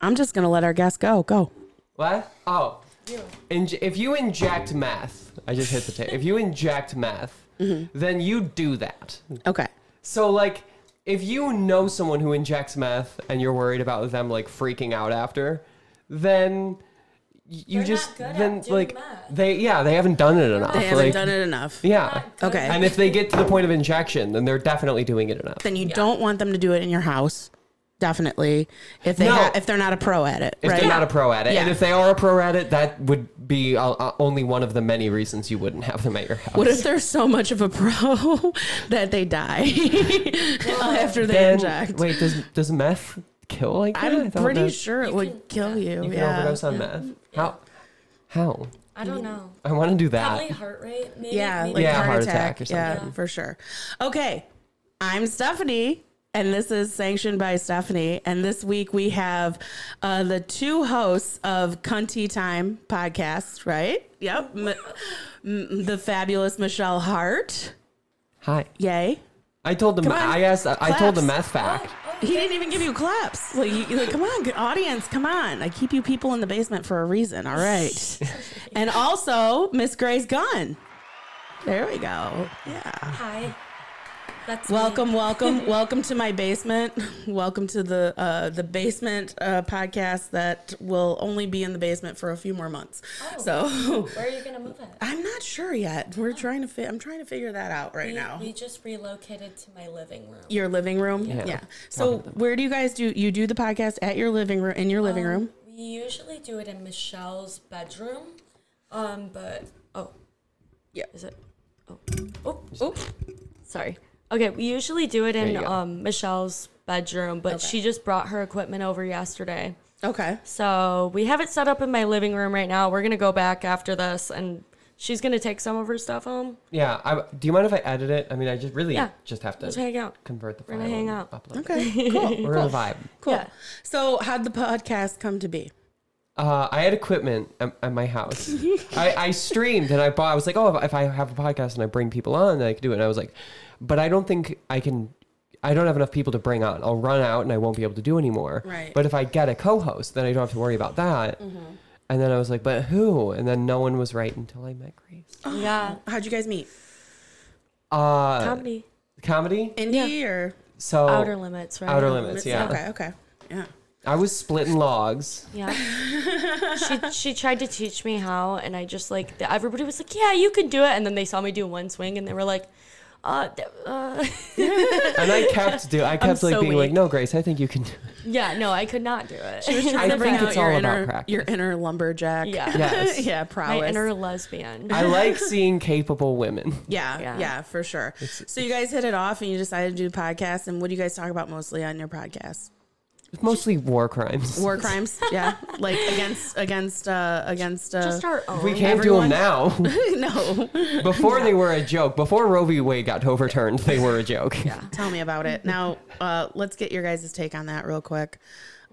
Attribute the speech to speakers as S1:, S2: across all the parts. S1: I'm just gonna let our guest go. Go.
S2: What? Oh. Inj- if you inject meth, I just hit the tape. If you inject meth, then you do that.
S1: Okay.
S2: So like, if you know someone who injects meth and you're worried about them like freaking out after, then y- you
S3: They're
S2: just
S3: not good
S2: then
S3: at doing
S2: like
S3: meth.
S2: they yeah they haven't done it enough.
S1: They haven't
S2: like,
S1: done it enough.
S2: Yeah.
S1: Okay.
S2: And if they get to the point of injection, then they're definitely doing it enough.
S1: Then you don't want them to do it in your house. Definitely. If they
S2: No.
S1: ha- if they're not a pro at it,
S2: If
S1: right?
S2: they're not a pro at it,
S1: Yeah.
S2: and if they are a pro at it, that would be uh, uh, only one of the many reasons you wouldn't have them at your house.
S1: What if they're so much of a pro that they die after they
S2: Then-
S1: inject?
S2: Wait, does does meth kill like that? I
S1: I'm
S2: thought
S1: pretty
S2: that-
S1: sure it
S3: You
S1: would
S3: can-
S1: kill you.
S2: you can
S1: yeah.
S2: overdose on meth. How? How?
S3: I don't know.
S2: I want to do that.
S3: Probably heart rate. Maybe,
S1: yeah,
S3: maybe
S1: like
S2: Yeah,
S1: heart,
S2: heart
S1: attack.
S2: attack or
S1: yeah,
S3: something.
S1: for sure. Okay, I'm Stephanie, and this is sanctioned by Stephanie. And this week we have uh, the two hosts of Cunty Time podcast. Right? Yep. M- m- the fabulous Michelle Hart.
S2: Hi.
S1: Yay.
S2: I told them.
S1: on,
S2: I asked. I told the
S1: claps.
S2: meth fact.
S3: Oh,
S1: He didn't even give you claps. Like, you, like, come on, good audience, come on. I keep you people in the basement for a reason. All right. and also, Miss Gray's gone. There we go. Yeah.
S3: Hi. That's me.
S1: Welcome, welcome, welcome to my basement. Welcome to the uh, the basement uh, podcast that will only be in the basement for a few more months.
S3: Oh.
S1: So
S3: Where are you gonna move it?
S1: I'm not sure yet. We're trying to. Fi- I'm trying to figure that out right now.
S3: We, we just relocated to my living room.
S1: your living room, yeah. So where do you guys do you do the podcast at your living room in your living room?
S3: We usually do it in Michelle's bedroom, um, but oh,
S1: Yeah.
S3: is it? Oh, oh, oh, sorry. Okay, we usually do it in
S2: you go.
S3: um, Michelle's bedroom, but she just brought her equipment over yesterday,
S1: Okay.
S3: so we have it set up in my living room right now. We're gonna go back after this, and she's gonna take some of her stuff home.
S2: Yeah. I, do you mind if I edit it? I mean, I just really
S3: Yeah.
S2: just have to
S3: Let's hang out.
S2: convert the
S3: We're
S2: file.
S3: gonna hang
S2: and
S3: out.
S2: upload it.
S1: Okay. Cool.
S2: We're in the vibe.
S1: Cool.
S3: Yeah.
S1: So how'd the podcast come to be?
S2: Uh, I had equipment at, at my house. I, I streamed and I bought. I was like, oh, if, if I have a podcast and I bring people on, then I could do it. And I was like, but I don't think I can. I don't have enough people to bring on. I'll run out and I won't be able to do anymore.
S1: Right.
S2: But if I get a co-host, then I don't have to worry about that.
S3: Mm-hmm.
S2: And then I was like, but who? And then no one was right until I met Grace.
S3: yeah,
S1: How'd you guys meet?
S2: Uh,
S3: comedy,
S2: comedy.
S1: Indie or
S2: So
S3: outer limits, right?
S2: Oh. Outer Limits, yeah.
S1: Okay. Okay. Yeah.
S2: I was splitting logs.
S3: Yeah. she she tried to teach me how, and I just like the, everybody was like, "Yeah, you can do it," and then they saw me do one swing, and they were like, "Uh, th- uh.
S2: And I kept do. I kept like
S3: so
S2: being like,
S3: weak.
S2: no, Grace, I think you can. do it."
S3: yeah, no, I could not do it."
S2: I
S1: Bring
S2: think
S1: out
S2: it's
S1: your
S2: all
S1: inner,
S2: about practice.
S1: Your inner lumberjack.
S3: yeah,
S2: Yes.
S1: yeah.
S3: my
S1: Prowess.
S3: inner lesbian.
S2: I like seeing capable women.
S1: yeah, yeah.
S3: Yeah.
S1: For sure. so you guys hit it off and you decided to do the podcast. And what do you guys talk about mostly on your podcast?
S2: Mostly war crimes.
S1: War crimes. yeah. Like against, against, uh, against, uh,
S3: Just our own.
S2: We can't do them now.
S1: no.
S2: Before they were a joke. Before Roe v. Wade got overturned, they were a joke. Yeah.
S1: Tell me about it. Now, uh, let's get your guys' take on that real quick.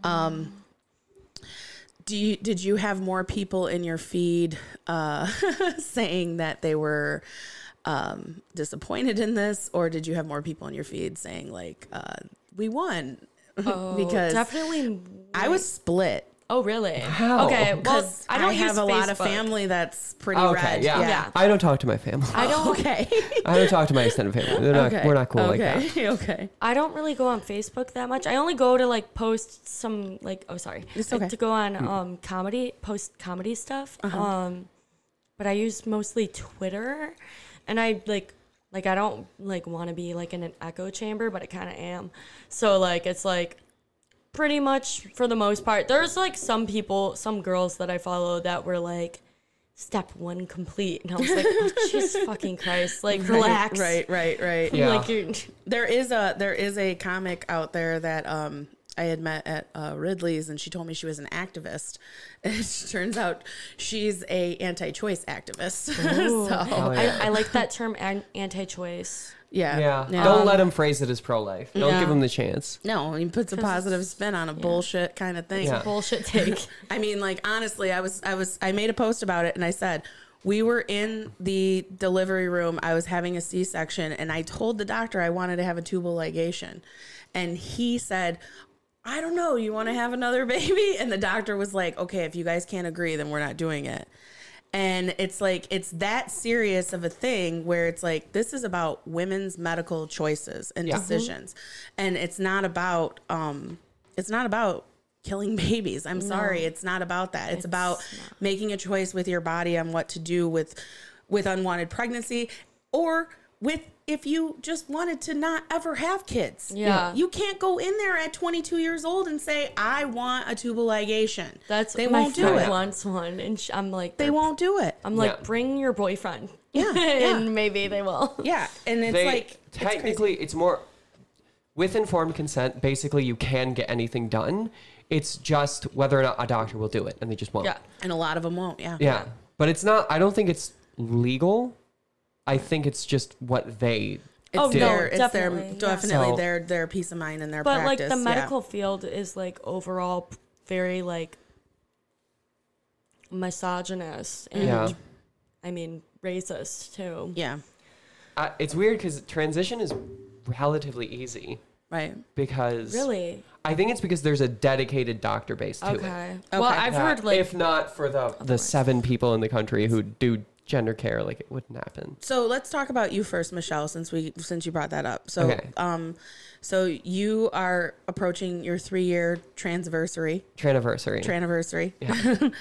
S1: Um, do you, did you have more people in your feed uh, saying that they were um, disappointed in this, or did you have more people in your feed saying like uh, we won?
S3: Oh,
S1: because
S3: definitely.
S1: I was split
S3: Oh, really?
S2: How?
S3: Okay. Well,
S1: because
S3: I don't
S1: have
S3: use
S1: a lot of
S3: Facebook.
S1: family that's pretty
S2: Okay.
S1: red.
S2: Yeah.
S3: Yeah.
S2: I don't talk to my family.
S3: I don't.
S1: Oh, Okay.
S2: I don't talk to my extended family. They're not,
S1: okay.
S2: We're not cool
S1: okay.
S2: like that.
S1: okay.
S3: I don't really go on Facebook that much. I only go to like post some like oh sorry
S1: It's
S3: Uh,
S1: okay. Mm. Uh-huh.
S3: to go on um comedy post comedy stuff. Um, but I use mostly Twitter, and I like like I don't like want to be like in an echo chamber, but I kind of am. So like it's like pretty much for the most part. There's like some people, some girls that I follow that were like step one complete, and I was like, oh, Jesus fucking Christ, like relax,
S1: Right. Right. Right.
S2: Yeah.
S3: Like you're.
S1: There is a there is a comic out there that um I had met at uh, Ridley's and she told me she was an activist. It turns out she's a anti-choice activist. so
S3: I, I like that term an- anti-choice.
S1: yeah,
S2: Yeah. Don't let them phrase it as pro life. Don't
S1: Yeah.
S2: give them the chance.
S1: No, he puts a positive spin on a bullshit kind of thing.
S2: Yeah.
S3: Bullshit take.
S1: I mean, like honestly, I was I was I made a post about it and I said we were in the delivery room. I was having a C-section and I told the doctor I wanted to have a tubal ligation, and he said. I don't know, you want to have another baby? And the doctor was like, okay, if you guys can't agree, then we're not doing it. And it's like, it's that serious of a thing where it's like, this is about women's medical choices and
S2: Yeah. Mhm.
S1: decisions. And it's not about, um, it's not about killing babies. I'm sorry. It's not about that. It's, about making a choice with your body on what to do with, with unwanted pregnancy or with, if you just wanted to not ever have kids.
S3: Yeah.
S1: You can't go in there at 22 years old and say, I want a tubal ligation.
S3: That's
S1: they
S3: my
S1: won't do
S3: friend
S1: it.
S3: wants one, and sh I'm like,
S1: They
S3: they're-
S1: won't do it.
S3: I'm like,
S2: Yeah.
S3: bring your boyfriend.
S1: Yeah, yeah.
S3: and maybe they will.
S1: Yeah. And it's
S2: they
S1: like, it's crazy.
S2: technically it's, more with informed consent basically you can get anything done it's just whether or not a doctor will do it and they just won't
S3: Yeah.
S1: and a lot of them won't. Yeah.
S2: yeah but it's not i don't think it's legal i think it's just what they
S1: It's
S3: Oh, no,
S1: their, it's
S3: definitely,
S1: their,
S3: yeah.
S1: definitely
S2: So-
S1: their, their peace of mind and their
S3: But
S1: practice.
S3: like the
S1: yeah.
S3: medical field is like overall p- very like misogynist and
S2: yeah
S1: Mm-hmm.
S3: I mean racist too.
S1: Yeah.
S2: I, it's weird because transition is relatively easy
S1: Right.
S2: because
S3: Really?
S2: i think it's because there's a dedicated doctor base to
S3: Okay.
S2: it
S3: Well,
S1: Okay.
S3: I've
S2: Yeah.
S3: heard like
S2: if not for the the seven people in the country who do gender care like it wouldn't happen
S1: So let's talk about you first, Michelle, since we since you brought that up. So,
S2: Okay.
S1: um, so you are approaching your three year transversary,
S2: traniversary
S1: traniversary.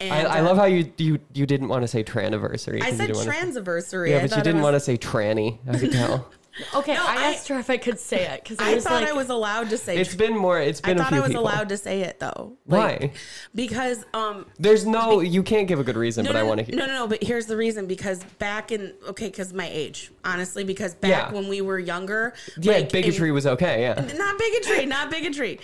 S1: and
S2: I, I
S1: uh,
S2: love how you you you didn't want to say traniversary.
S1: I
S2: 'cause you
S1: said
S2: didn't wanna-
S1: transiversary.
S2: yeah,
S1: I
S2: but
S1: thought
S2: you
S1: it
S2: didn't
S1: was-
S2: want to say tranny. I could tell.
S3: okay,
S1: No,
S3: I,
S1: I-
S3: asked her if I could say it because I,
S1: I
S3: was
S1: thought
S3: like,
S1: I was allowed to say.
S2: It's
S1: tr-
S2: been more. It's
S1: I
S2: been a
S1: thought
S2: few
S1: I was
S2: people.
S1: allowed to say it though.
S2: Why?
S1: Because um.
S2: There's no. You can't give a good reason,
S1: No,
S2: but
S1: no,
S2: I want to hear.
S1: no, no, no, but here's the reason because back in okay, because my age, honestly, because back
S2: Yeah.
S1: when we were younger,
S2: yeah,
S1: like, in-
S2: bigotry was okay. Yeah.
S1: not bigotry, not bigotry.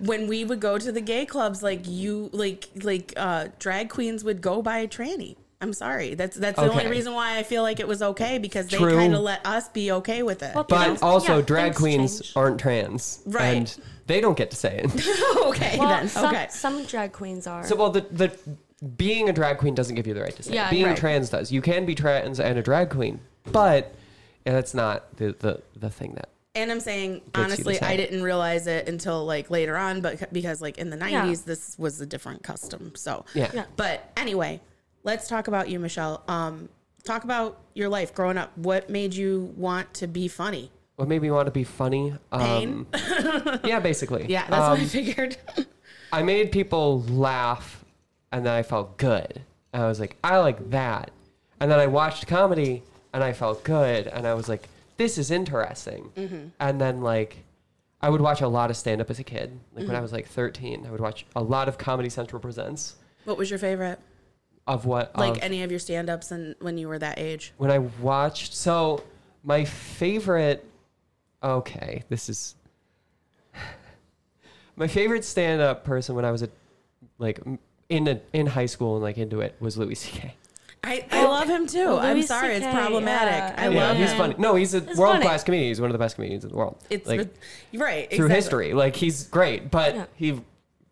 S1: When we would go to the gay clubs, like you, like like uh, drag queens would go by a tranny. I'm sorry, that's that's the only
S2: Okay.
S1: reason why I feel like it was okay because they
S2: True.
S1: kind of let us be okay with it.
S3: Well,
S2: But
S3: Things-
S2: also,
S3: yeah,
S2: drag
S3: things
S2: queens
S3: change.
S2: aren't trans,
S1: Right.
S2: And they don't get to say it.
S1: okay,
S3: well,
S1: then
S3: some,
S1: okay,
S3: some drag queens are.
S2: so, well, the the being a drag queen doesn't give you the right to say.
S3: Yeah,
S2: it. Being
S3: right.
S2: trans does. You can be trans and a drag queen, but yeah, that's not the the, the thing that.
S1: And I'm saying
S2: to
S1: honestly,
S2: say
S1: I
S2: it.
S1: didn't realize it until like later on, but because like in the '90s,
S3: Yeah.
S1: this was a different custom. So
S2: Yeah. Yeah.
S1: But anyway, let's talk about you, Michelle. Um, talk about your life growing up. What made you want to be funny?
S2: What made me want to be funny? Um, yeah, basically.
S1: Yeah, that's
S2: Um,
S1: what I figured.
S2: I made people laugh and then I felt good. And I was like, I like that. And then I watched comedy and I felt good. And I was like, this is interesting. And then, like, I would watch a lot of stand up as a kid. Like, when I was like 13, I would watch a lot of Comedy Central Presents
S1: what was your favorite?
S2: of what,
S1: Like
S2: of-
S1: any of your stand-ups and when you were that age?
S2: when I watched. So, my favorite, okay, this is my favorite stand up person when I was a, like, m- in a, in high school and like into it was Louis C.K.
S1: I, I love him too.
S3: Well,
S1: I'm
S3: Louis
S1: sorry, it's
S3: CK,
S1: problematic.
S3: yeah.
S1: I
S2: Yeah,
S1: love
S2: he's
S1: him.
S2: funny. No, he's a
S3: It's
S2: world class comedian. He's one of the best comedians in the world.
S1: It's
S2: like,
S1: you're right
S2: through
S1: exactly.
S2: history. Like he's great, but
S3: Yeah.
S2: he,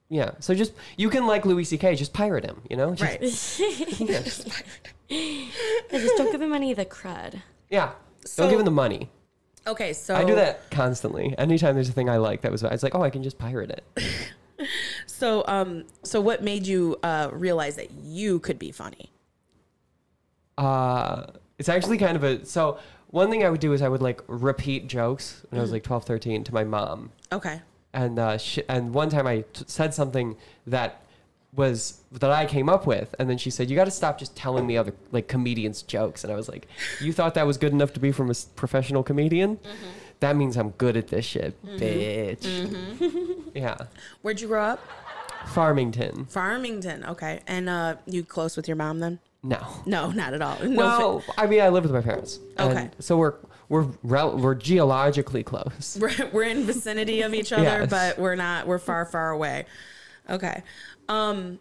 S2: yeah. So just you can like Louis C.K. Just pirate him, you know? Just-
S1: Right.
S2: Yeah. just-
S3: I just don't give him any of the cred.
S2: yeah.
S1: So-
S2: Don't give him the money.
S1: Okay, so
S2: I do that constantly. Anytime there's a thing I like that was, I was like, oh, I can just pirate it.
S1: So, um, so what made you uh, realize that you could be funny?
S2: uh, it's actually kind of a so one thing i would do is i would like repeat jokes when i was like 12 13 to my mom
S1: Okay.
S2: and uh, sh and one time i t- said something that was that i came up with and then she said you got to stop just telling me other like comedians jokes and i was like you thought that was good enough to be from a s- professional comedian that means i'm good at this shit bitch yeah
S1: Where'd you grow up?
S2: farmington
S1: Farmington. Okay. And uh, you close with your mom then?
S2: no
S1: No, not at all. No
S2: well, I mean, I live with my parents. and
S1: Okay.
S2: so we're we're rel- we're geologically close.
S1: we're, we're in vicinity of each other,
S2: Yes.
S1: but we're not. We're far, far away. Okay. Um,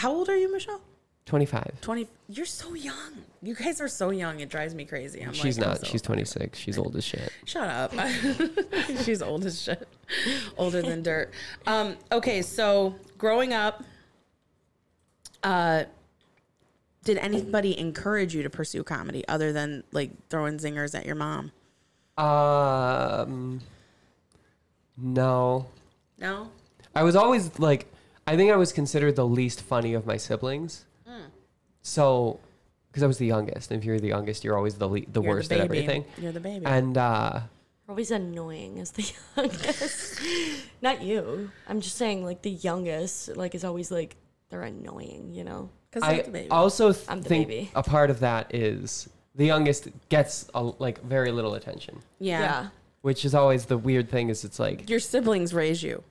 S1: how old are you, Michelle?
S2: 25.
S1: Twenty. You're so young. You guys are so young. It drives me crazy. I'm
S2: She's
S1: like, I'm
S2: not.
S1: so-
S2: She's 26. She's old as shit.
S1: Shut up. She's old as shit. Older than dirt. Um, okay, so growing up, uh, did anybody encourage you to pursue comedy other than like throwing zingers at your mom?
S2: Um, no.
S1: No.
S2: I was always like, I think I was considered the least funny of my siblings.
S1: Hmm.
S2: So, because I was the youngest, and if you're the youngest, you're always the le- the
S1: You're
S2: worst
S1: the
S2: at
S1: baby.
S2: everything.
S1: You're the baby.
S2: And uh,
S3: Always annoying as the youngest. Not you. I'm just saying, like the youngest, like is always like they're annoying. You know.
S1: Because
S2: I
S1: the baby.
S2: also th-
S3: I'm the
S2: think
S3: baby.
S2: a part of that is the youngest gets a, like very little attention,
S1: yeah.
S2: which is always the weird thing. Is it's like
S1: Your siblings raise you.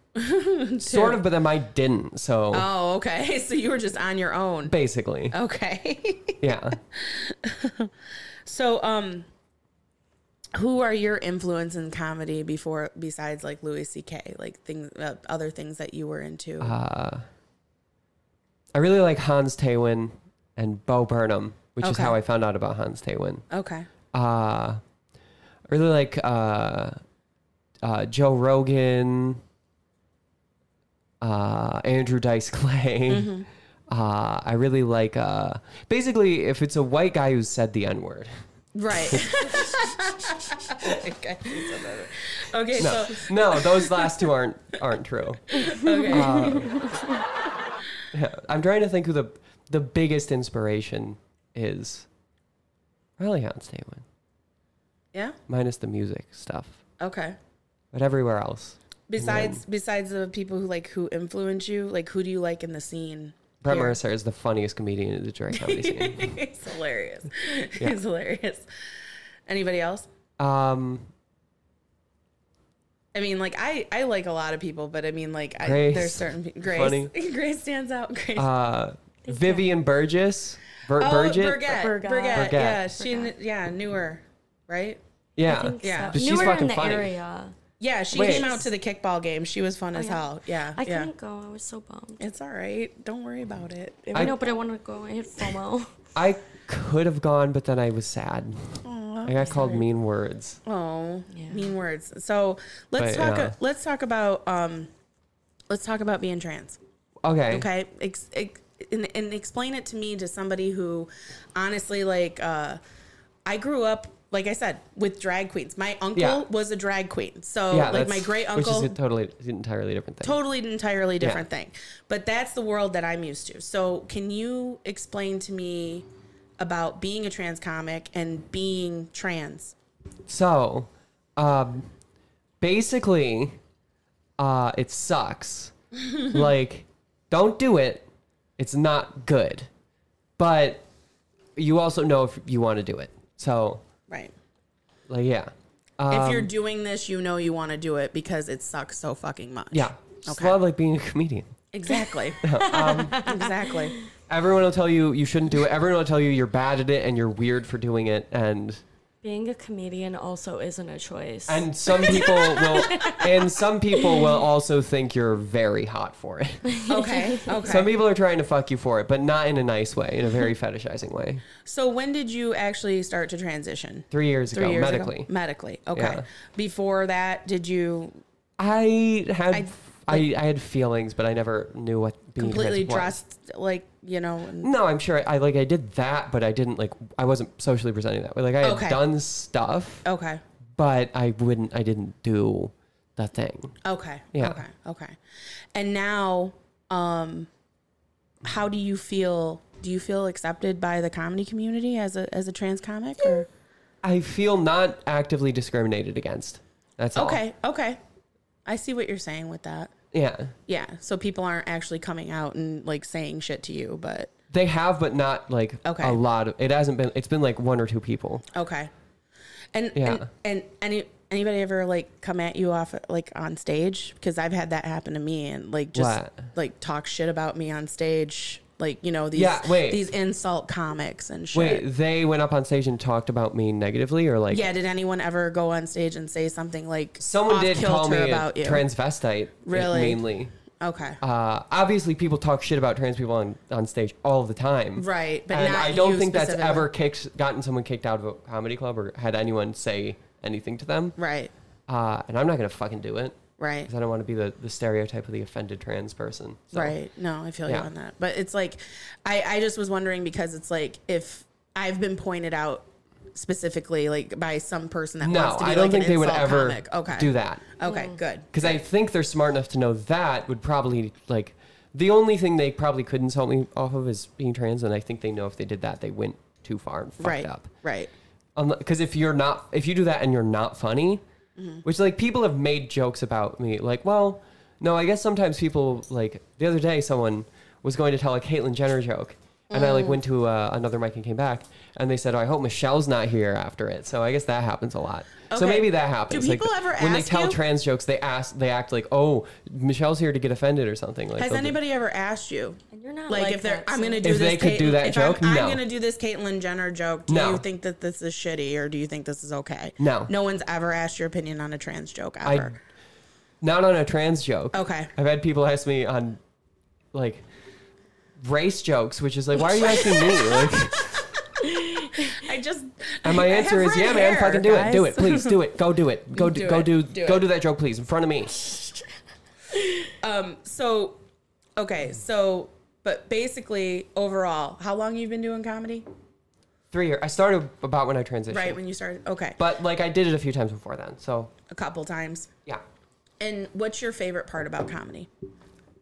S2: sort of, but then I didn't. So
S1: Oh, okay. So you were just on your own.
S2: basically,
S1: Okay.
S2: yeah.
S1: so, um, who are your influence in comedy before besides like Louis C.K. like things uh, other things that you were into?
S2: Uh, I really like Hans Taewin and Bo Burnham, which is
S1: Okay.
S2: how I found out about Hans Taewin.
S1: okay.
S2: uh I really like uh uh Joe Rogan uh Andrew Dice Clay
S1: Mm-hmm.
S2: uh I really like uh basically if it's a white guy who said the n word
S1: Right. okay. Okay.
S2: no
S1: So
S2: no those last two aren't aren't true
S1: okay.
S2: Uh-huh. yeah, I'm trying to think who the the biggest inspiration is probably Hans Taewin
S1: yeah.
S2: minus the music stuff
S1: Okay.
S2: but everywhere else
S1: Besides besides the people who like who influence you, like who do you like in the scene?
S2: Brett
S1: here?
S2: Mercer is the funniest comedian in the Detroit comedy scene
S1: It's hilarious. It's hilarious. Anybody else?
S2: um
S1: I mean, like I, I like a lot of people, but I mean, like I,
S2: Grace.
S1: there's certain pe- Grace.
S2: Funny.
S1: Grace stands out. Grace.
S2: uh, Vivian Burgess. Bur-
S1: oh,
S2: Burgett?
S1: Burgett. Burgett.
S3: Burgett.
S2: Burgett.
S1: Yeah, she. kn- Yeah, knew her, right?
S3: I
S2: Yeah.
S3: think
S1: Yeah.
S3: So.
S2: But she's
S3: Newer
S2: fucking
S3: in the
S2: funny.
S3: area.
S1: Yeah, she
S2: Wait.
S1: came out to the kickball game. She was fun as
S3: Oh, yeah.
S1: hell. Yeah,
S3: I
S1: yeah.
S3: couldn't go. I was so bummed.
S1: It's all right. Don't worry about it. It
S3: I,
S2: I-
S3: know, but I wanted to go. I had FOMO.
S2: I could have gone, but then I was sad. I got called mean words.
S1: Oh,
S3: Yeah.
S1: mean words. So let's
S2: But,
S1: talk.
S2: yeah.
S1: Let's talk about. Um, let's talk about being trans.
S2: Okay.
S1: Okay. Ex- ex- and, and explain it to me to somebody who, honestly, like, uh, I grew up, like I said, with drag queens. My uncle
S2: Yeah.
S1: was a drag queen. So,
S2: Yeah.
S1: like,
S2: that's-
S1: my great
S2: Which
S1: uncle,
S2: is a totally, it's an entirely different thing.
S1: totally an entirely different thing. But that's the world that I'm used to. So, can you explain to me about being a trans comic and being trans?
S2: So, um, basically, uh, it sucks. like, don't do it. It's not good. But you also know if you want to do it. So,
S1: Right.
S2: like, yeah.
S1: if
S2: Um,
S1: you're doing this, you know you want to do it because it sucks so fucking much.
S2: Yeah. It's a lot like being a comedian.
S1: Exactly.
S2: um,
S1: exactly.
S2: Everyone will tell you you shouldn't do it. Everyone will tell you you're bad at it and you're weird for doing it. And
S3: Being a comedian also isn't a choice.
S2: and some people will and some people will also think you're very hot for it.
S1: Okay. Okay.
S2: Some people are trying to fuck you for it, but not in a nice way, in a very fetishizing way.
S1: So when did you actually start to transition?
S2: Three years
S1: Three
S2: ago,
S1: years ago?
S2: medically,
S1: Medically. Okay.
S2: Yeah.
S1: Before that, did you
S2: I had
S1: I-
S2: I, I had feelings, but I never knew what being
S1: completely
S2: trans was.
S1: dressed like you know? and-
S2: No, I'm sure I like I did that, but I didn't like I wasn't socially presenting that way. Like I had
S1: Okay.
S2: done stuff,
S1: Okay.
S2: but I wouldn't. I didn't do the thing.
S1: Okay.
S2: Yeah.
S1: Okay. Okay. And now, um, how do you feel? Do you feel accepted by the comedy community as a as a trans comic? Or
S2: I feel not actively discriminated against. That's all.
S1: okay, okay, I see what you're saying with that.
S2: Yeah,
S1: Yeah. So people aren't actually coming out and like saying shit to you, but
S2: they have, but not like
S1: Okay.
S2: a lot of. It hasn't been. It's been like one or two people.
S1: Okay. And
S2: Yeah.
S1: and, and any anybody ever like come at you off like on stage because I've had that happen to me and like just
S2: What?
S1: like talk shit about me on stage like you know these
S2: Yeah, wait.
S1: these insult comics and shit.
S2: Wait, they went up on stage and talked about me negatively, or like
S1: Yeah, did anyone ever go on stage and say something like
S2: someone
S1: off
S2: did call me
S1: kilter
S2: a
S1: about you?
S2: transvestite.
S1: Really?
S2: mainly.
S1: okay.
S2: Uh, obviously, people talk shit about trans people on, on stage all the time.
S1: Right, but
S2: and
S1: not
S2: I don't
S1: you
S2: think that's
S1: specifically.
S2: ever kicked, gotten someone kicked out of a comedy club or had anyone say anything to them.
S1: right.
S2: Uh, and I'm not gonna fucking do it.
S1: Right.
S2: because I don't want to be the, the stereotype of the offended trans person. So,
S1: Right. No, I feel
S2: Yeah.
S1: you on that. But it's like, I, I just was wondering because it's like if I've been pointed out specifically like by some person that
S2: No,
S1: wants to be
S2: I don't
S1: like
S2: think
S1: an
S2: they would
S1: insult
S2: ever
S1: comic. Okay.
S2: do that.
S1: Okay,
S3: Mm.
S1: good.
S2: Because I think they're smart enough to know that would probably like the only thing they probably could insult me off of is being trans, and I think they know if they did that they went too far and fucked
S1: Right.
S2: up.
S1: Right.
S2: Because if you're not, if you do that and you're not funny,
S1: Mm-hmm.
S2: which like people have made jokes about me, like, well, no, I guess sometimes people like the other day someone was going to tell a Caitlyn Jenner joke, and
S1: Mm.
S2: I like went to uh, another mic and came back, and they said, oh, I hope Michelle's not here after it. So I guess that happens a lot. So
S1: Okay.
S2: maybe that
S1: Do
S2: happens.
S1: people
S2: like,
S1: ever
S2: when
S1: ask
S2: they tell
S1: you?
S2: trans jokes, they ask, they act like, oh, Michelle's here to get offended or something. Like
S1: Has
S2: they'll do-
S1: anybody ever asked you?
S3: And you're not
S1: like,
S3: like
S1: if they're,
S3: that,
S1: I'm
S3: so-
S1: gonna do
S2: If
S1: this.
S2: they could do
S1: Caitlyn-
S2: that
S1: if
S2: joke?
S1: I'm,
S2: No.
S1: I'm gonna do this Caitlyn Jenner joke. Do
S2: No.
S1: you think that this is shitty, or do you think this is okay?
S2: No.
S1: No one's ever asked your opinion on a trans joke
S2: I-
S1: ever.
S2: not on a trans joke.
S1: Okay.
S2: I've had people ask me on like race jokes, which is like, why are you asking me? Like,
S1: I, just.
S2: and my
S1: I have
S2: answer is,
S1: red
S2: yeah, man,
S1: hair,
S2: fucking do it, do it,
S1: guys.
S2: please, do it, go do it, go do,
S1: Do
S2: go
S1: it,
S2: do,
S1: do
S2: go
S1: it.
S2: do that joke, please, in front of me.
S1: Um. So, okay. So, but basically, overall, how long you've been doing comedy?
S2: Three years. I started about when I transitioned,
S1: Right when you started. Okay.
S2: but like I did it a few times before then. So
S1: a couple times.
S2: yeah,
S1: And what's your favorite part about comedy?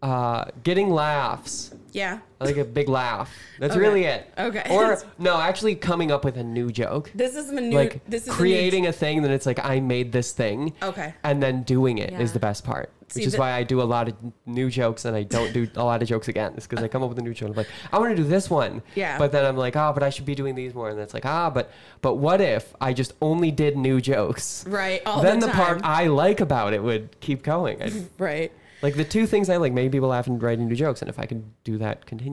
S2: uh, getting laughs.
S1: Yeah.
S2: I like a big laugh. That's really it.
S1: Okay.
S2: Or no, actually coming up with a new joke.
S1: This is a new.
S2: like
S1: this is a new-
S2: creating a, thing then it's like i made this thing
S1: Okay.
S2: and then doing it is
S3: Yeah.
S2: the best part
S1: See,
S2: which is
S1: the-
S2: why i do a lot of new jokes and i don't do a lot of jokes again it's because i come up with a new joke i'm like i want to do this one
S1: Yeah.
S2: but then i'm like ah, but i should be doing these more and it's like ah but but what if i just only did new jokes
S1: right. All
S2: then
S1: the,
S2: the,
S1: time.
S2: part i like about it would keep going I'd,
S1: right.
S2: like the two things i like making people laugh and writing new jokes and if i can do that continuously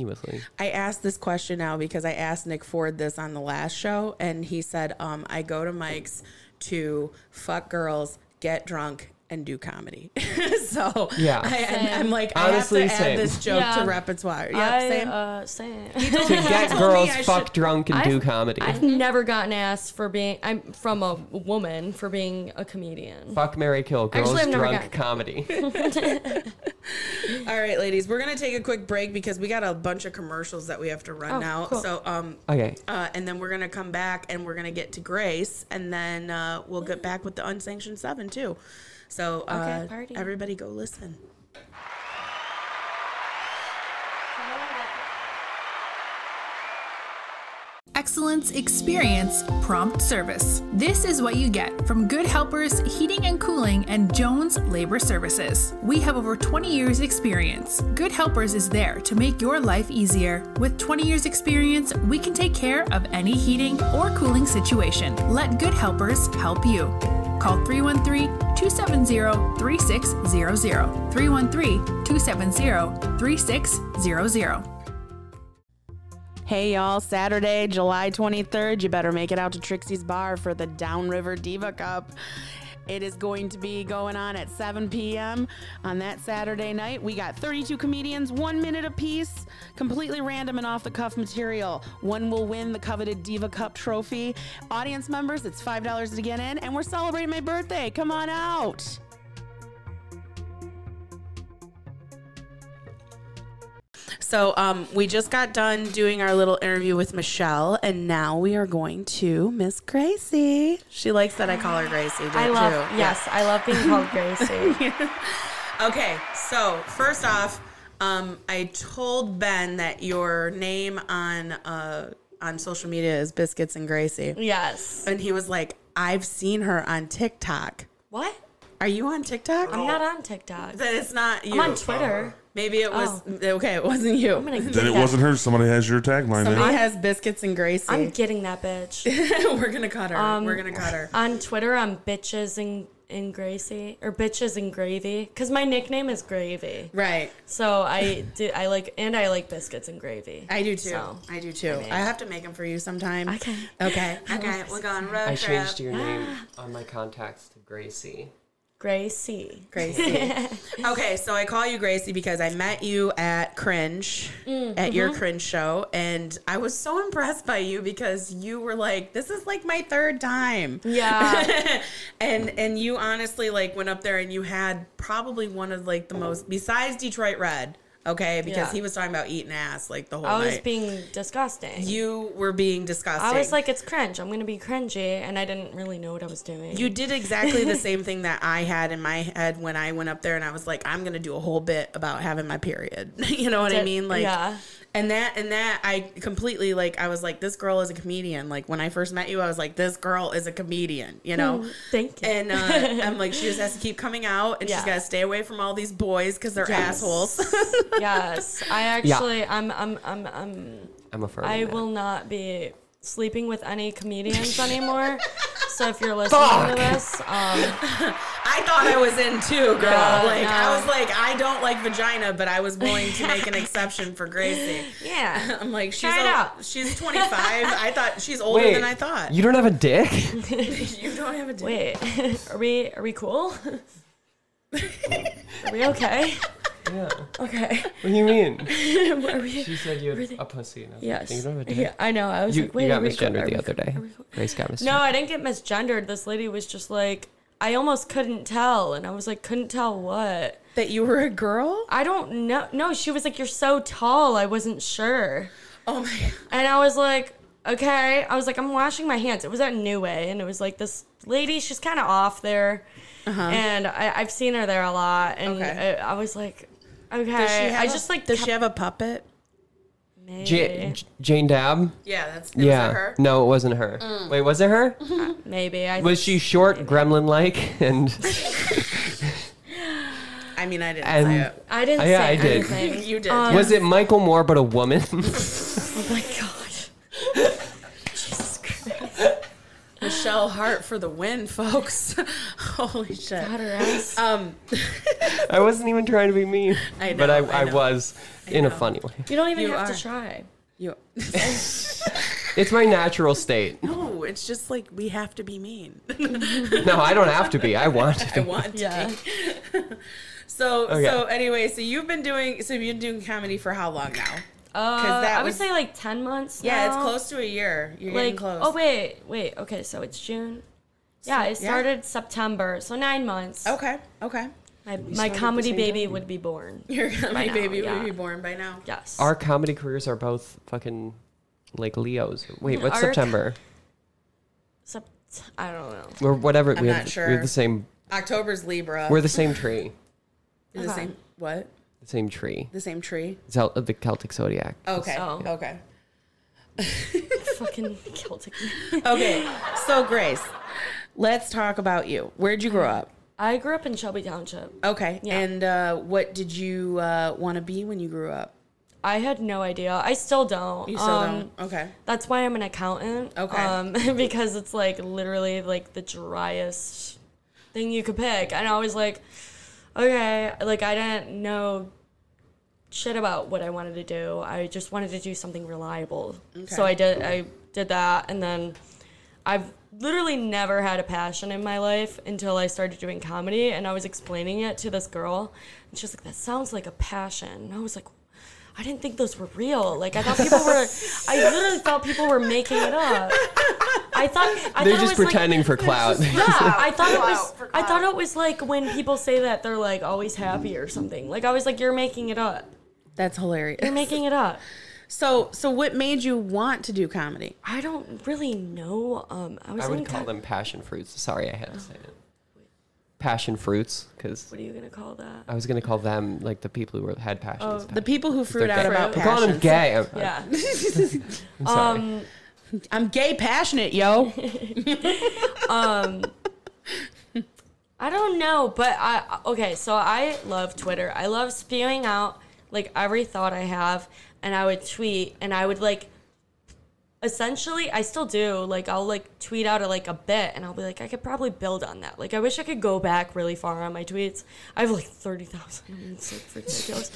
S1: I asked this question now because I asked Nick Ford this on the last show, and he said, um, "I go to Mike's to fuck girls, get drunk." And do comedy, so
S2: Yeah.
S1: I, am
S3: Same.
S1: like I
S2: Honestly,
S1: have to
S2: same.
S1: add this joke
S3: Yeah.
S1: to repertoire. Yeah,
S3: I,
S1: same.
S3: Uh, same.
S2: to get
S1: told me
S2: girls
S1: I
S2: fuck
S1: should-
S2: drunk and do
S3: I've-
S2: comedy
S3: I've never gotten asked for being I'm from a woman for being a comedian.
S2: fuck mary kill girls
S3: Actually, I've never
S2: drunk
S3: got-
S2: comedy
S1: All right, ladies, we're gonna take a quick break because we got a bunch of commercials that we have to run
S3: Oh,
S1: now.
S3: cool.
S1: So, um,
S2: Okay.
S1: uh, and then we're gonna come back and we're gonna get to Grace, and then uh, we'll get back with the unsanctioned seven too. So, uh,
S3: Okay, party.
S1: everybody, go listen.
S4: Excellence Experience Prompt Service. This is what you get from Good Helpers Heating and Cooling and Jones Labor Services. We have over 20 years' experience. Good Helpers is there to make your life easier. With 20 years' experience, we can take care of any heating or cooling situation. Let Good Helpers help you. Call 313 270 3600. 313 270 3600.
S1: Hey y'all, Saturday, July 23rd, you better make it out to Trixie's Bar for the Downriver Diva Cup. It is going to be going on at 7 p.m. on that Saturday night. We got 32 comedians, one minute apiece, completely random and off the cuff material. One will win the coveted Diva Cup trophy. Audience members, it's $5 to get in, and we're celebrating my birthday. Come on out. So um, we just got done doing our little interview with Michelle, and now we are going to Miss Gracie. She likes that I call her Gracie. Don't
S3: I love
S1: you?
S3: yes, I love being called Gracie.
S1: Okay, so first off, um, I told Ben that your name on uh, on social media is Biscuits and Gracie,
S3: yes.
S1: and he was like, "I've seen her on TikTok.
S3: What?
S1: Are you on TikTok?"
S3: I'm not on TikTok.
S1: Then it's not you.
S3: I'm on Twitter. Oh.
S1: Maybe it was okay. It wasn't you.
S3: I'm gonna get
S5: Then it
S3: that-
S5: wasn't her. Somebody has your tagline.
S1: Somebody
S5: Then.
S1: has Biscuits and Gracie.
S3: I'm Um, getting that bitch.
S1: We're gonna cut her. We're gonna cut her.
S3: on Twitter, I'm bitches and and Gracie or bitches and gravy because my nickname is Gravy.
S1: Right.
S3: So I do. I like and I like biscuits and gravy.
S1: I do too.
S3: So,
S1: I do too. I,
S3: mean-
S1: have to make them for you sometime.
S3: Okay.
S1: Okay. Okay. We're going road
S2: I
S1: trip.
S2: changed your name
S3: Ah.
S2: on my contacts to Gracie.
S3: Gracie.
S1: Gracie. okay, so I call you Gracie because I met you at Cringe,
S3: Mm,
S1: at your
S3: mm-hmm.
S1: Cringe show, and I was so impressed by you because you were like, "This is like my third time,"
S3: Yeah.
S1: and and you honestly like went up there and you had probably one of like the most besides Detroit Red. okay? Because
S3: Yeah.
S1: he was talking about eating ass like the whole
S3: I was
S1: night.
S3: being disgusting.
S1: you were being disgusting.
S3: I was like, it's cringe. I'm gonna be cringy, and I didn't really know what I was doing.
S1: You did exactly the same thing that I had in my head when I went up there and I was like, I'm gonna do a whole bit about having my period. you know what I
S3: Did-
S1: mean? Like
S3: yeah.
S1: and that and that I completely like I was like, This girl is a comedian. Like when I first met you, I was like, This girl is a comedian, you know?
S3: Thank you.
S1: And uh, I'm like, she just has to keep coming out and she's
S3: Yeah.
S1: gotta stay away from all these boys because they're
S3: Yes.
S1: assholes.
S3: yes, I actually, I'm, I'm, I'm, I'm,
S2: I'm a firm.
S3: I
S2: in that.
S3: will not be sleeping with any comedians anymore. so if you're listening to
S2: Fuck.
S3: this, um,
S1: I thought I was in too, girl.
S3: Yeah,
S1: like I
S3: no.
S1: was like, I don't like vagina, but I was willing to make an exception for Gracie.
S3: yeah,
S1: I'm like, she's
S3: Try it
S1: al-
S3: out.
S1: she's 25. I thought she's older than I thought.
S2: You don't have a dick?
S1: You don't have a dick.
S3: wait, are we, are we cool? are we okay?
S2: yeah.
S3: Okay.
S2: What do you mean?
S3: are we?
S2: She said you had a pussy. And I was like,
S3: Yes.
S2: You don't have a dick.
S3: Yeah, I know. I was
S2: You,
S3: like, wait,
S2: you
S3: are
S2: got
S3: we cool?
S2: misgendered
S3: Are
S2: the
S3: we
S2: other day. Grace got misgendered.
S3: No, I didn't get misgendered. This lady was just like, I almost couldn't tell. And I was like, couldn't tell what?
S1: That you were a girl?
S3: I don't know. No, she was like, you're so tall. I wasn't sure.
S1: Oh my god.
S3: And I was like, okay. I was like, I'm washing my hands. It was at New Way. And it was like, this lady, she's kind of off there. And I, I've seen her there a lot. And
S1: Uh-huh. Okay.
S3: I, I was like, okay.
S1: Does she have
S3: I
S1: a-
S3: just like,
S1: Does
S3: kept
S1: she have a puppet?
S3: maybe.
S2: J- J- Jane Dab?
S1: Yeah, that's
S2: yeah. No, it wasn't her.
S3: Mm.
S2: Wait, was it her?
S3: maybe. I
S2: Was she short, gremlin like? And
S1: I mean, I didn't
S2: And-
S1: say
S3: I didn't
S2: Yeah,
S3: say
S2: I did.
S3: anything.
S1: it. You did.
S3: Um,
S2: was it Michael Moore but a woman?
S3: oh my God. Jesus Christ.
S1: Michelle Hart for the win, folks. Holy shit.
S3: Got her ass.
S1: Um,
S2: I wasn't even trying to be mean.
S1: I know,
S2: But I,
S1: I
S2: I,
S1: know.
S2: was in a
S1: know.
S2: funny way.
S3: You don't even
S1: You
S3: have
S1: are.
S3: to try.
S1: you.
S2: It's my natural state.
S1: No, it's just like we have to be mean.
S2: No, I don't have to be. I want to.
S1: I want to.
S3: Yeah.
S1: be. So
S2: Okay.
S1: so anyway, so you've been doing so you've been doing comedy for how long now?
S3: Uh,
S1: that
S3: I would
S1: was-
S3: say like 10 months.
S1: Yeah, it's
S3: now.
S1: close to a year. You're
S3: Like,
S1: getting close.
S3: oh, wait, wait. Okay, so it's June. Yeah, I started September, so nine months.
S1: Okay. Okay.
S3: My, my
S2: at the
S3: comedy
S2: same
S3: baby would be born.
S1: Your my
S3: now,
S1: baby would
S3: yeah.
S1: be born by now.
S3: Yes.
S2: Our comedy careers are both fucking like Leos. Wait, what's
S3: Our-
S2: September?
S3: Sep- I don't know.
S2: We're whatever. we,
S1: not
S2: have,
S1: sure.
S2: we have the same.
S1: October's Libra.
S2: We're the same tree.
S1: You're the
S3: Okay.
S1: same what?
S2: The same tree.
S1: The same tree.
S2: Zel- the Celtic zodiac.
S1: Okay.
S3: Oh.
S1: Okay.
S3: Fucking Celtic.
S1: Okay. So Grace, let's talk about you. Where'd you grow up?
S3: I grew up in Shelby Township.
S1: Okay.
S3: Yeah.
S1: And uh, what did you uh, want to be when you grew up?
S3: I had no idea. I still don't.
S1: You still
S3: Um,
S1: don't. Okay.
S3: That's why I'm an accountant.
S1: Okay.
S3: Um, because it's like literally like the driest thing you could pick. And I was like, okay, like I didn't know shit about what I wanted to do. I just wanted to do something reliable. So I did I did that and then I've literally never had a passion in my life until I started doing comedy and I was explaining it to this girl and she was like, That sounds like a passion. And I was like, I didn't think those were real. Like I thought people were I literally thought people were making it up. I thought I
S2: They're just
S3: thought it was like,
S2: pretending for clout.
S3: yeah, I thought it was. I thought it was like when people say that they're like always happy or something. Like I was like, you're making it up.
S1: That's hilarious.
S3: You're making it up.
S1: So so what made you want to do comedy?
S3: I don't really know. Um, I was.
S2: I
S3: in
S2: would call
S3: co-
S2: them passion fruits. Sorry, I had to say it. Passion fruits, because
S3: What are you gonna call that?
S2: I was gonna call them like the people who were, had
S3: Oh,
S2: passions.
S1: The people who fruit out
S2: gay.
S1: about
S2: I'm calling
S1: passion.
S2: them gay. I'm, I'm-
S3: Yeah.
S2: I'm sorry.
S3: Um,
S1: I'm gay passionate, yo.
S3: I don't know, but I okay. So I love Twitter. I love spewing out like every thought I have, and I would tweet, and I would like. Essentially, I still do. Like I'll like tweet out a, like a bit, and I'll be like, I could probably build on that. Like I wish I could go back really far on my tweets. I have like thirty thousand. I mean, it's like ridiculous.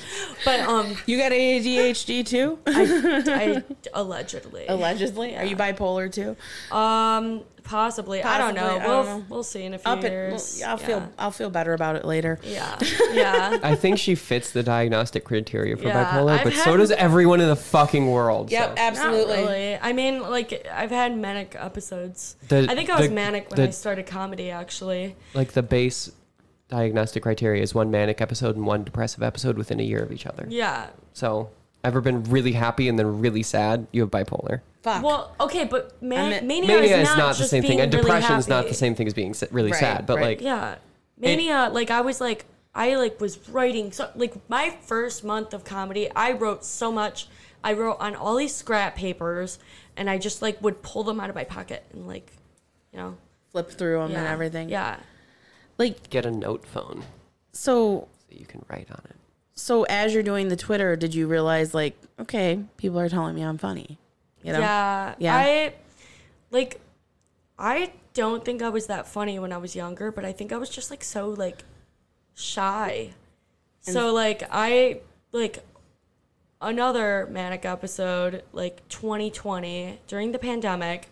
S3: But um,
S1: You got ADHD too?
S3: I allegedly,
S1: Allegedly. Are you bipolar too?
S3: um, possibly. I don't know.
S1: Possibly, I
S3: we'll
S1: don't know.
S3: we'll see in a few
S1: Up it. well,
S3: years.
S1: I'll feel I'll feel better about it later.
S3: Yeah. Yeah.
S2: I think she fits the diagnostic criteria for
S3: Yeah,
S2: bipolar,
S3: I've
S2: but
S3: had-
S2: so does everyone in the fucking world.
S1: Yep,
S2: so.
S3: Not
S1: absolutely.
S3: really. I mean, like I've had manic episodes.
S2: The-
S3: I think I was
S2: the-
S3: manic when
S2: the-
S3: I started comedy, actually.
S2: Like the base diagnostic criteria is one manic episode and one depressive episode within a year of each other.
S3: Yeah.
S2: So, ever been really happy and then really sad? You have bipolar.
S1: Fuck.
S3: Well, okay, but ma-
S1: meant-
S3: mania,
S2: Mania
S3: is not,
S2: the
S3: just
S2: same thing,
S3: being
S2: and
S3: really
S2: depression is not
S3: happy.
S2: the same thing as being s- really
S1: Right,
S2: sad. But
S1: right.
S2: like,
S3: Yeah. Mania, like I was like I like was writing so like my first month of comedy, I wrote so much. I wrote on all these scrap papers and I just like would pull them out of my pocket and like you know
S1: flip through them and
S3: yeah,
S1: everything.
S3: Yeah.
S1: Like
S2: get a note phone
S1: so
S2: that you can write on it.
S1: so as you're doing the Twitter, did you realize like, okay, people are telling me I'm funny. You know?
S3: Yeah.
S1: Yeah.
S3: I like I don't think I was that funny when I was younger, but I think I was just like so like shy. so like I like another manic episode like 2020 during the pandemic.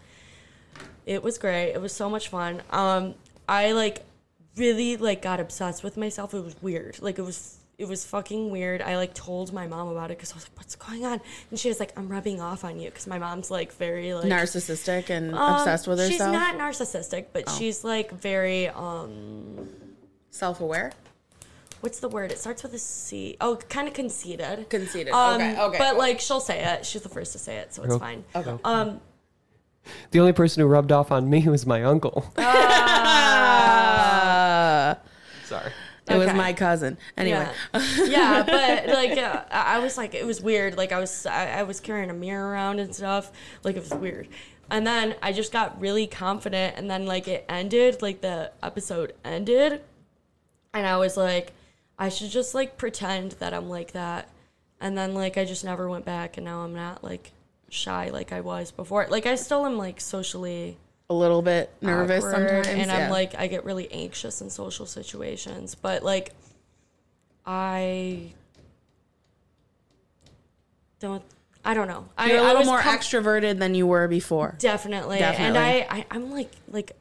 S3: It was great. It was so much fun. Um I like really like got obsessed with myself. It was weird. Like it was it was fucking weird. I like told my mom about it cuz I was like what's going on? And she was like I'm rubbing off on you cuz my mom's like very like
S1: Narcissistic and
S3: um,
S1: obsessed with herself. Oh.
S3: She's not narcissistic, but she's like very um
S1: self aware.
S3: what's the word? It starts with a C. Oh, kind of conceited.
S1: Conceited.
S3: Um,
S1: Okay, okay.
S3: But like she'll say it. She's the first to say it, so it's
S2: Cool.
S3: fine.
S1: Okay.
S3: Um
S2: The only person who rubbed off on me was my uncle.
S3: Ah.
S2: Sorry.
S1: It was
S3: Okay.
S1: my cousin. Anyway.
S3: Yeah. yeah, but like uh, I I was like it was weird. Like I was I, I was carrying a mirror around and stuff. Like it was weird. And then I just got really confident and then like it ended, like the episode ended. And I was like I should just like pretend that I'm like that. And then like I just never went back and now I'm not like shy like I was before. Like I still am like socially
S1: A little bit nervous
S3: awkward,
S1: sometimes.
S3: and
S1: yeah.
S3: I'm like I get really anxious in social situations, but like I don't I don't know. I,
S1: You're a
S3: I
S1: little
S3: was
S1: more
S3: com-
S1: extroverted than you were before.
S3: definitely. And
S1: Definitely.
S3: I, I I'm like like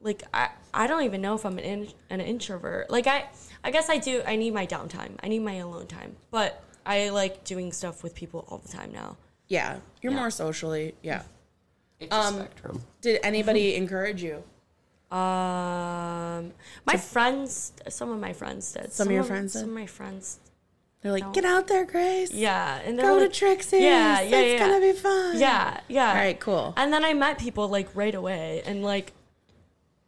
S3: like I I don't even know if I'm an in, an introvert. Like I I guess I do I need my downtime. I need my alone time. But I like doing stuff with people all the time now.
S1: yeah. You're more socially. Yeah.
S2: It's a spectrum.
S1: Did anybody encourage you?
S3: Um, my friends, some of my friends did.
S1: Some of your friends did?
S3: some of my friends
S1: They're like, get out there, Grace.
S3: Yeah, and they're
S1: Go to
S3: like-
S1: Trixie's.
S3: Yeah, yeah,
S1: It's
S3: yeah.
S1: gonna be fun.
S3: Yeah, yeah. All
S1: right, cool.
S3: And then I met people like right away, and like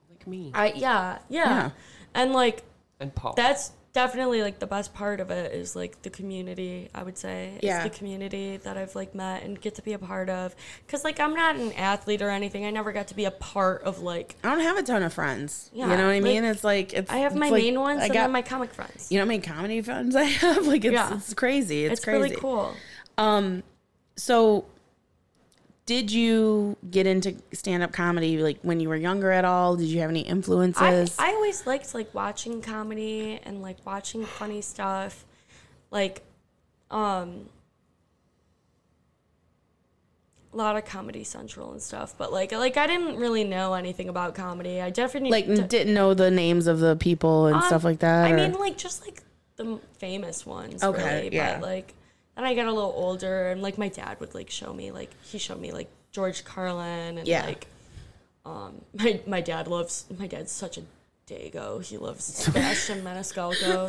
S2: Like me.
S3: I yeah, yeah,
S1: Yeah.
S3: and like
S2: And Paul.
S3: that's definitely like the best part of it is like the community. I would say is
S1: Yeah.
S3: the community that I've like met and get to be a part of. Cause like I'm not an athlete or anything. I never got to be a part of like
S1: I don't have a ton of friends. you
S3: Yeah,
S1: know what I
S3: like,
S1: mean? It's like it's.
S3: I have
S1: it's
S3: my
S1: like
S3: main ones
S1: I
S3: and
S1: got
S3: then my comic friends.
S1: you know how many comedy friends I have? Like it's
S3: Yeah.
S1: it's crazy. It's,
S3: it's
S1: crazy. Um,
S3: really cool.
S1: So, did you get into stand up comedy like when you were younger at all? Did you have any
S3: I,
S1: influences?
S3: I always liked like watching comedy and like watching funny stuff like um a lot of comedy central and stuff but like like i didn't really know anything about comedy i definitely
S1: like
S3: d-
S1: didn't know the names of the people and
S3: um,
S1: stuff like that.
S3: i
S1: or-
S3: mean like just like the m- famous ones
S1: Okay,
S3: really
S1: yeah.
S3: but like then i got a little older and like my dad would like show me like he showed me like george carlin and
S1: Yeah.
S3: like um my, my dad loves my dad's such a dago he loves sebastian maniscalco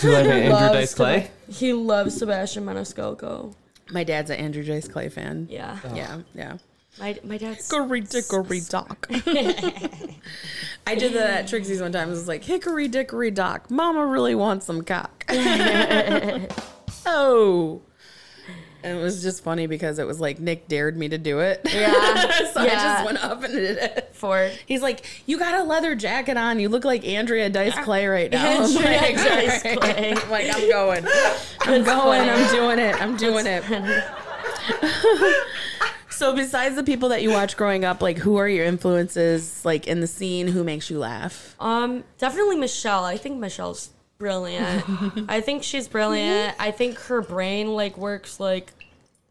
S2: Do you like my Andrew
S1: Loves
S2: Dice
S1: to-
S2: Clay?
S3: He loves Sebastian Maniscalco.
S1: my dad's an Andrew Jace Clay fan.
S3: Yeah.
S6: Oh.
S1: yeah, yeah.
S3: My, my dad's
S1: Hickory dickory dock. I did that at Trixie's one time. It was like hickory dickory dock. Mama really wants some cock. oh. And it was just funny because it was like Nick dared me to do it.
S3: Yeah.
S1: so I
S3: Yeah.
S1: just went up and did it.
S3: Ford.
S1: He's like, You got a leather jacket on. You look like Andrea Dice Clay right now. I'm
S3: Andrea
S1: like,
S3: Dice Clay.
S1: I'm like, I'm going. I'm going. I'm doing it. I'm doing it. So besides the people that you watch growing up, like who are your influences like in the scene? Who makes you laugh?
S3: Um, definitely Michelle. I think Michelle's brilliant. I think she's brilliant. I think her brain like works like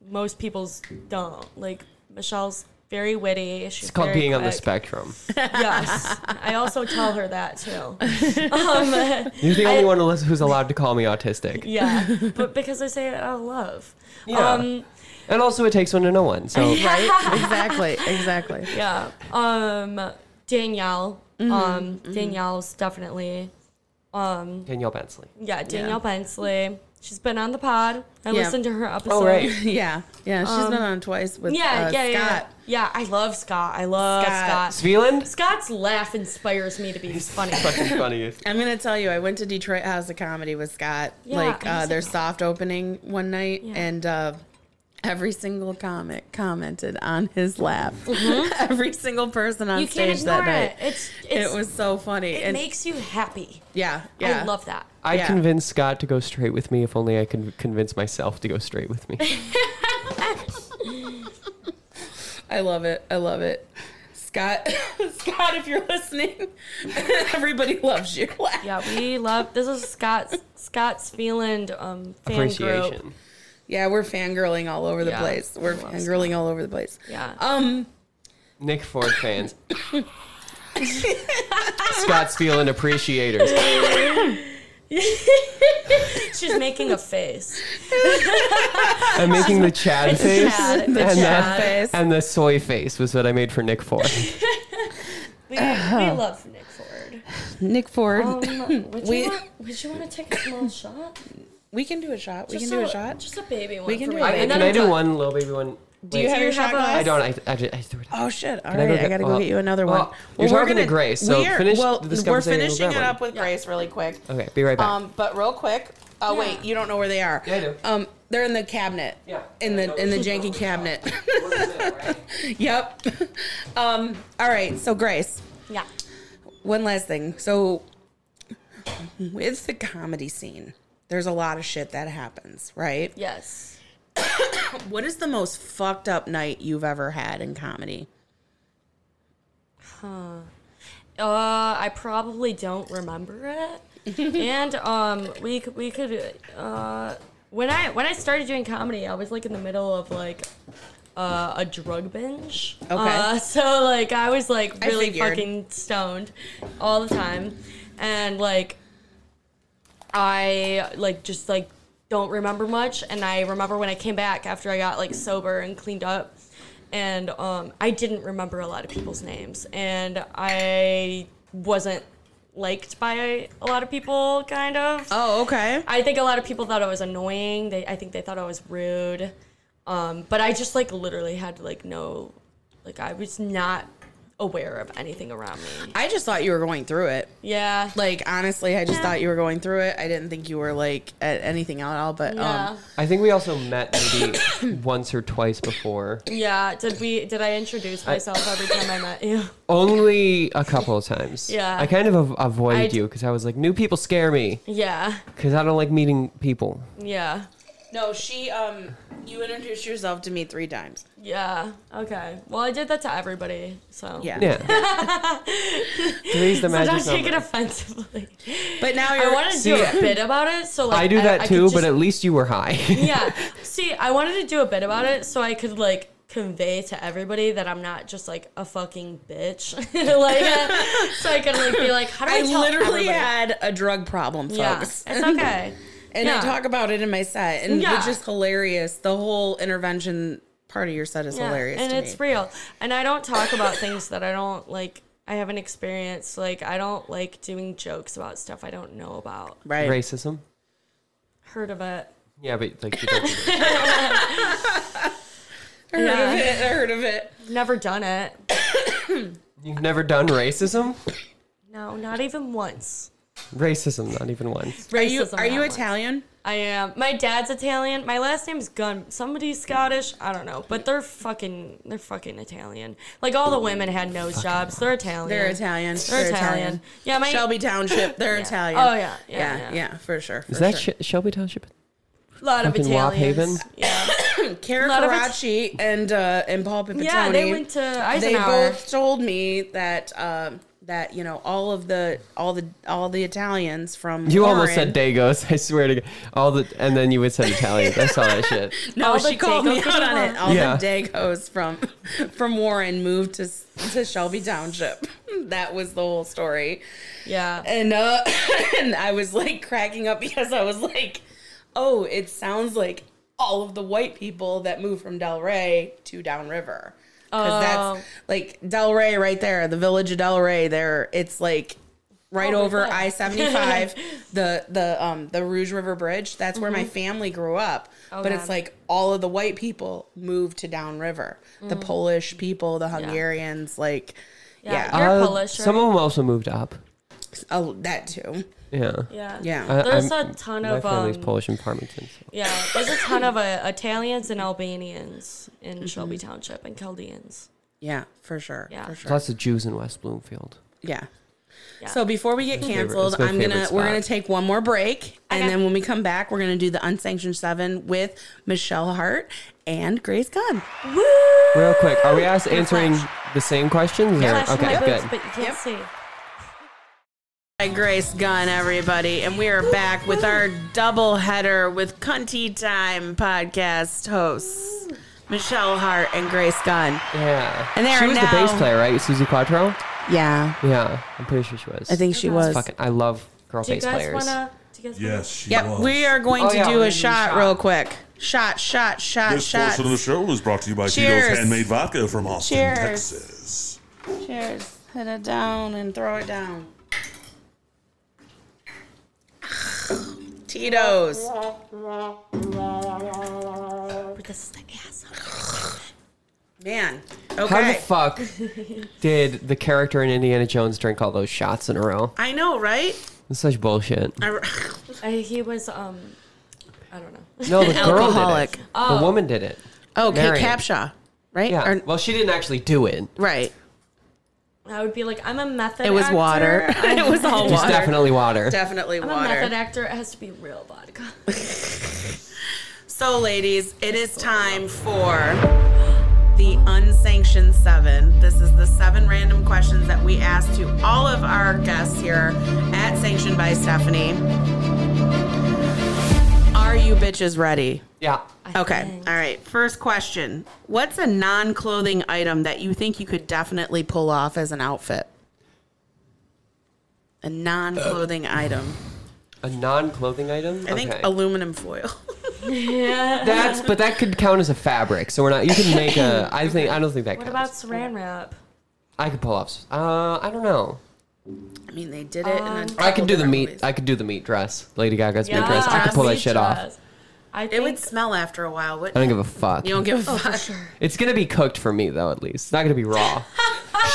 S3: most people's don't. Like Michelle's very witty. She's
S2: It's called
S3: very
S2: being on the
S3: quick.
S2: spectrum.
S3: Yes. I also tell her that too. Um,
S2: You're the only one who's- who's allowed to call me autistic.
S3: yeah. But because I say it out of love.
S2: Yeah.
S3: Um,
S2: And also, it takes one to know one. So
S1: Right? exactly. Exactly.
S3: yeah. Um, Danielle. Um, Danielle's definitely Um,
S2: Danielle Bensley.
S3: yeah, Danielle Bensley. She's been on the pod. I
S6: Yeah.
S3: listened to her episode.
S2: Oh, right.
S6: yeah, yeah. She's
S1: Um,
S6: been on twice with
S3: Yeah,
S6: uh,
S3: yeah, yeah,
S6: Scott.
S3: yeah. Yeah, I love Scott. I love
S6: Scott.
S3: Scott.
S2: Svealand?
S3: Scott's laugh inspires me to be funny.
S2: Fucking funny.
S6: I'm gonna tell you, I went to Detroit House of Comedy with Scott,
S3: Yeah,
S6: like
S3: I
S6: uh,
S3: was
S6: their
S3: like-
S6: soft opening one night, and uh, every single comic commented on his laugh. every single person on
S3: You can't
S6: stage
S3: ignore
S6: that night.
S3: it. It's, it's
S6: it was so funny.
S3: it
S6: and
S3: makes you happy.
S6: yeah, yeah.
S3: I love that.
S2: I
S6: Yeah.
S2: convinced Scott to go straight with me if only I could convince myself to go straight with me.
S6: I love it. I love it. Scott, Scott, if you're listening, everybody loves your laugh.
S3: Yeah, we love this is Scott's Scott's Feeland um fan group.
S2: Appreciation.
S6: Yeah, we're fangirling all over the
S3: Yeah,
S6: place. We're
S3: I love
S6: fangirling all over the place.
S3: Yeah.
S6: Um,
S2: Nick Ford fans. Scott Svealand appreciators.
S3: She's making a face.
S2: I'm making the Chad face.
S3: Chad- the
S2: and,
S6: Chad
S2: the,
S6: face.
S2: and the soy face was what I made for Nick Ford.
S3: We, we
S6: Uh-huh.
S3: love Nick Ford.
S6: Nick Ford.
S1: Oh.
S3: Um, would you
S6: We-
S3: want, would you want to take a small shot?
S6: we can do a shot. We
S3: Just
S6: can do a shot.
S3: Just a baby one.
S6: We can
S3: for
S6: do
S3: me.
S6: a
S2: I,
S6: baby
S3: And then
S2: can I
S3: I'm
S2: do
S3: done.
S2: one little baby one?
S6: do you
S3: do
S6: have
S3: you
S6: your shot
S3: have a-
S6: glass?
S2: I don't. I, I, ju- I threw it.
S6: Oh shit! All
S2: I
S6: right,
S2: go
S6: I,
S2: get-
S6: gotta go
S2: well,
S6: get you another
S2: well,
S6: one.
S2: you're talking to Grace, so
S6: we are-
S2: finish
S6: well,
S2: this
S6: we're
S2: conversation, we'll
S6: finishing
S2: grab
S6: it up
S2: one.
S6: with Grace really quick.
S2: Okay, be right back.
S6: Um, but real quick. Oh
S3: Yeah.
S6: wait, you don't know where they are.
S2: Yeah, I do.
S6: Um, they're in the cabinet.
S2: Yeah.
S6: In the in the janky cabinet. Um, yep. Um. All right. So Grace,
S3: Yeah.
S6: one last thing. So with the comedy scene, there's a lot of shit that happens, right?
S3: Yes.
S6: What is the most fucked up night you've ever had in comedy?
S3: Uh, I probably don't remember it. and um, we c- we could uh, when I when I started doing comedy, I was like in the middle of like uh, a drug binge.
S6: Okay.
S3: Uh, so like I was like
S6: I
S3: really
S6: figured.
S3: fucking stoned all the time, and like I like just like don't remember much. And I remember when I came back after I got like sober and cleaned up, and um, I didn't remember a lot of people's names, and I wasn't liked by a lot of people, kind of.
S6: Oh, okay.
S3: I think a lot of people thought I was annoying. They, I think they thought I was rude. Um, but I just like literally had like no, like I was not aware of anything around me.
S6: I just thought you were going through it.
S3: Yeah.
S6: Like honestly, I just
S3: Yeah.
S6: thought you were going through it. I didn't think you were like at anything at all. But
S3: yeah.
S6: um,
S2: I think we also met maybe once or twice before.
S3: yeah. Did we? Did I introduce myself every time I met you?
S2: Only a couple of times.
S3: Yeah.
S2: I kind of av- avoided
S3: I-
S2: you because I was like, new people scare me
S3: Yeah.
S2: because I don't like meeting people.
S3: Yeah.
S6: no, she um, you introduced yourself to me three times.
S3: Yeah. Okay. Well, I did that to everybody. So
S6: Yeah,
S2: Yeah. Three's the magic
S3: Sometimes take it
S2: number.
S3: offensively.
S6: but now
S3: I
S6: you're.
S3: want to do
S2: See,
S3: a bit about it. So like
S2: I do that
S3: could
S2: too, but
S3: just-
S2: at least you were high.
S3: yeah. See, I wanted to do a bit about it so I could like convey to everybody that I'm not just like a fucking bitch. like, uh, so I could like be like, how do I,
S6: I
S3: tell
S6: literally
S3: everybody?
S6: had a drug problem,
S3: yeah,
S6: folks,
S3: it's okay.
S6: and
S3: yeah.
S6: I talk about it in my set, and
S3: Yeah.
S6: which is hilarious. The whole intervention part of your set is
S3: Yeah,
S6: hilarious,
S3: and
S6: to
S3: it's
S6: me.
S3: real. And I don't talk about things that I don't like. I haven't experienced. Like, I don't like doing jokes about stuff I don't know about.
S6: right.
S2: Racism.
S3: Heard of it?
S2: Yeah, but like you don't.
S6: I heard
S3: Yeah.
S6: of it. I heard of it.
S3: Never done it.
S2: You've never done racism?
S3: No, not even once.
S2: Racism, not even once.
S6: Are you
S3: Racism,
S6: are you
S3: not once.
S6: Italian?
S3: I am. My dad's Italian. My last name's Gun. Somebody's Scottish. I don't know, but they're fucking. They're fucking Italian. Like all the women had nose jobs. They're Italian.
S6: They're Italian.
S3: They're Italian. Yeah, my
S6: Shelby Township. They're Italian.
S3: Oh, yeah, yeah,
S6: yeah, yeah,
S3: yeah.
S6: for sure.
S2: Is that Sh- Shelby Township?
S3: lot of
S2: fucking Wap
S3: Italians.
S2: Haven?
S3: Yeah,
S6: Kara
S3: lot of it's-
S6: Karachi and uh, and Paul Pipitone?
S3: yeah. They went to
S6: They
S3: Eisenhower.
S6: both told me that um, that you know all of the all the all the Italians from
S2: You almost said
S6: Warren-
S2: Dagos. I swear to God. All the and then you would said Italian. I saw that shit.
S6: No,
S3: All the
S6: she called me
S3: Dagos
S6: out on
S3: people.
S6: it. All
S2: Yeah.
S6: the Dagos from from Warren moved to to Shelby Township. That was the whole story.
S3: yeah,
S6: and uh and I was like cracking up because I was like, oh, it sounds like all of the white people that moved from Del Rey to downriver. Because
S3: Oh.
S6: that's like Del Rey right there, the village of Del Rey there. It's like
S1: right
S3: Oh,
S1: over
S3: okay.
S1: I seventy five, the the um the Rouge River Bridge. That's where my
S3: Mm-hmm.
S1: family grew up. but it's
S3: God.
S1: like all of the white people moved to downriver. The Polish people, the Hungarians, like yeah,
S3: Mm. Yeah. You're Polish,
S2: Uh, Some of them also moved up.
S1: Oh, that too.
S2: Yeah.
S3: Yeah.
S1: Yeah.
S2: I-
S3: There's
S2: I'm-
S3: a ton
S2: My
S3: of
S2: family's
S3: um,
S2: Polish in Farmington. so-
S3: Yeah, there's a ton of uh, Italians and Albanians
S6: Mm-hmm.
S3: in Shelby Township and Chaldeans.
S1: Yeah, for sure.
S3: Yeah.
S1: For sure.
S2: Lots of Jews in West Bloomfield.
S1: yeah.
S3: Yeah.
S1: So before we get canceled,
S2: it's my
S1: I'm gonna
S2: favorite
S1: we're
S2: spot.
S1: gonna take one more break, and
S3: Okay.
S1: then when we come back, we're gonna do the unsanctioned seven with Michelle Hart and Grace Gunn.
S3: Woo!
S2: Real quick, are we asked answering the same questions? or-
S3: Flash
S2: Okay,
S3: my boots,
S2: good.
S3: but you can't see.
S1: Hi, Grace Gunn, everybody, and we are back with our double header with Cunty Time podcast hosts Michelle Hart and Grace Gunn.
S2: Yeah.
S1: And they
S2: she
S1: are
S2: was the bass
S1: now-
S2: player, right? Susie Quattro?
S1: Yeah,
S2: Yeah, I'm pretty sure she was.
S1: I think she was.
S2: Fucking, I love girl
S3: Do you
S2: bass
S3: guys
S2: players.
S3: wanna? Do you guys
S5: Yes, she
S1: Yep,
S5: was.
S1: we are going
S2: Oh,
S1: to
S2: yeah, we're
S1: do
S2: gonna
S1: a
S2: do
S1: shot,
S2: shot.
S1: real quick. Shot, shot, shot,
S5: This
S1: shot.
S5: portion of the show was brought to you by
S1: Cheers.
S5: Tito's Handmade Vodka from Austin,
S1: Cheers.
S5: Texas.
S1: Cheers. Hit it down and throw it down. Tito's.
S3: wanna? But this is the ass.
S1: Man.
S2: How
S1: Okay.
S2: the fuck did the character in Indiana Jones drink all those shots in a row?
S1: I know, right?
S2: It's such bullshit.
S1: I,
S3: Uh, he was um, I don't know.
S2: No, the girl did
S1: alcoholic.
S2: it. The woman did it.
S1: oh, Kate
S2: Marion.
S1: Capshaw, right?
S2: Yeah.
S1: Or-
S2: well, she didn't actually do it.
S1: right.
S3: I would be like, I'm a method.
S1: It was
S3: actor.
S1: water.
S3: I'm-
S1: it was all
S2: It was
S1: water.
S2: definitely water.
S1: Definitely
S3: I'm a method
S1: water.
S3: actor. It has to be real vodka.
S1: So, ladies, it is time for the unsanctioned seven. This is the seven random questions that we asked to all of our guests here at Sanctioned by Stephanie. Are you bitches ready?
S2: yeah.
S3: I
S1: Okay.
S3: think.
S1: All right. First question What's a non clothing item that you think you could definitely pull off as an outfit? A non clothing item.
S2: A non-clothing item.
S1: I think
S2: Okay.
S1: aluminum foil.
S2: that's but that could count as a fabric. So we're not. You can make a. I think I don't think that
S3: What
S2: counts.
S3: about saran wrap?
S2: I could pull off. Uh, I don't know.
S1: I mean, they did it in a
S2: I could do the
S1: different
S2: meat.
S1: ways.
S2: I could do the meat dress. Lady Gaga's
S3: Yeah,
S2: meat dress. I could pull that
S3: meat
S2: shit off.
S3: dress. I think
S1: It would smell after a while, wouldn't
S2: I don't
S1: it?
S2: give a fuck.
S1: You don't give a fuck.
S2: It's gonna be cooked for me though. At least it's not gonna be raw.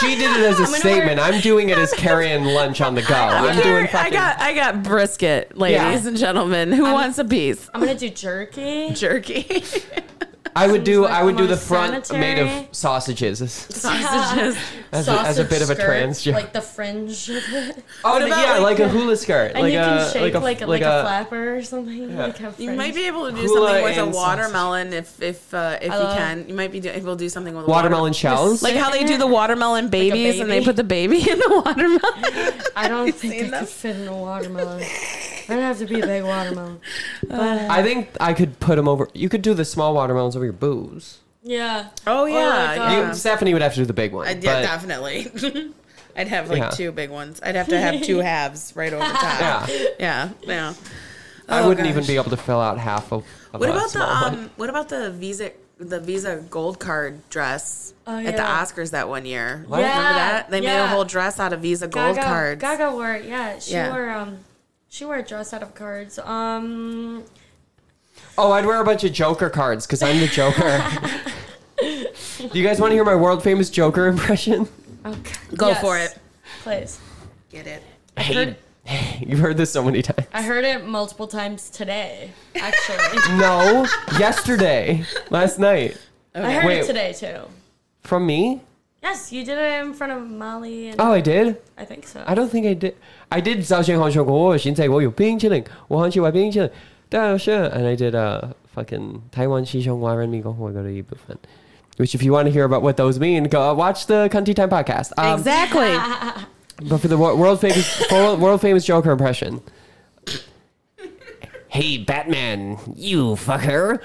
S2: she did it as a
S3: gonna
S2: statement.
S3: wear-
S2: I'm doing it as carrying lunch on the go. I'm doing
S1: I
S2: fucking.
S1: got I got brisket, ladies
S2: Yeah.
S1: and gentlemen. Who wants a piece?
S3: I'm gonna do jerky.
S1: Jerky,
S2: I would do.
S3: like
S2: I would
S3: the
S2: do the
S3: most
S2: front made
S3: sanitary.
S2: of sausages.
S1: sausages.
S2: As a- as a
S3: Sausage
S2: bit of a
S3: skirt,
S2: trans joke.
S3: like the fringe of it.
S2: Oh
S1: about,
S2: yeah,
S1: like,
S2: like, a hula skirt.
S3: and
S2: like
S3: you
S2: a,
S3: can shake like
S2: like a
S3: a, like a, flapper or something. Like a
S1: You
S3: fringe.
S1: might be able to do
S2: Hula
S1: something with a
S2: and
S1: watermelon if if uh, if you
S3: love-
S1: can. You might be do- able to do something with a
S2: watermelon shells.
S1: Like how they do the watermelon babies and they
S3: baby.
S1: put the baby in the watermelon.
S3: I don't
S1: seen
S3: think I
S1: them?
S3: could fit in a watermelon. I'd have to be a big watermelon.
S1: Oh,
S3: But
S2: I think I could put them over. You could do the small watermelons over your booze.
S3: yeah.
S1: oh
S3: yeah,
S1: yeah,
S3: yeah.
S2: You, Stephanie would have to do the big one.
S1: I,
S2: but-
S1: yeah, definitely. I'd have like
S2: Yeah.
S1: two big ones. I'd have to have two halves right over top.
S2: yeah.
S1: yeah, yeah.
S2: I
S1: Oh,
S2: wouldn't even
S1: gosh.
S2: be able to fill out half of. of
S1: What
S2: a
S1: about the
S2: small one.
S1: um? What about the Visa the Visa Gold Card dress
S3: Oh,
S1: at the
S3: yeah.
S1: Oscars that one year?
S2: What?
S1: Remember
S3: Yeah,
S1: that they made a
S3: yeah.
S1: whole dress out of Visa Gold
S3: Gaga,
S1: cards.
S3: Gaga wore it, yeah. She
S1: Yeah.
S3: wore um she wore a dress out of cards. Um
S2: Oh, I'd wear a bunch of Joker cards because I'm the Joker. do you guys want to hear my world famous Joker impression?
S3: okay.
S1: Go for it.
S3: Please.
S1: Get it?
S3: I heard,
S2: You've heard this so many times.
S3: I heard it multiple times today, actually.
S2: No, yesterday, last night,
S3: I heard
S2: Wait.
S3: it today too.
S2: from me.
S3: Yes, you did it in front of Molly and
S2: Oh, I did.
S3: I think so.
S2: I don't think I did. I did 赵健豪说过，现在我有冰淇淋，我很喜欢冰淇淋，但是 and I did uh fucking 台湾西雄华人民共和国的一部分. Which, if you want to hear about what those mean, go uh, watch the Cunty Time podcast. Um,
S1: exactly.
S2: But for the wor- world famous for world famous Joker impression. Hey Batman, you fucker!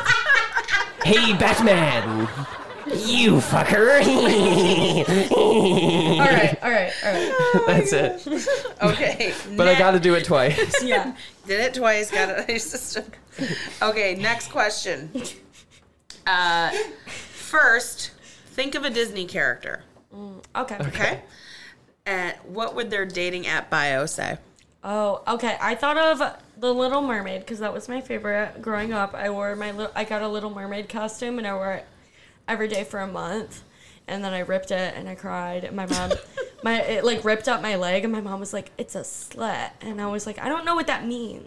S2: hey Batman, you fucker!
S3: all right, all right, all right.
S2: That's it.
S1: okay,
S2: But I
S1: next.
S2: got to do it twice.
S3: Yeah.
S1: Did it twice. Got it. I just- okay, next question. Uh, first, think of a Disney character.
S3: Okay.
S1: Okay. And what would their dating app bio say?
S3: Oh, okay. I thought of the Little Mermaid because that was my favorite growing up. I wore my li- I got a Little Mermaid costume and I wore it every day for a month, and then I ripped it and I cried. And my mom, my it like ripped up my leg, and my mom was like, "It's a slit," and I was like, "I don't know what that means.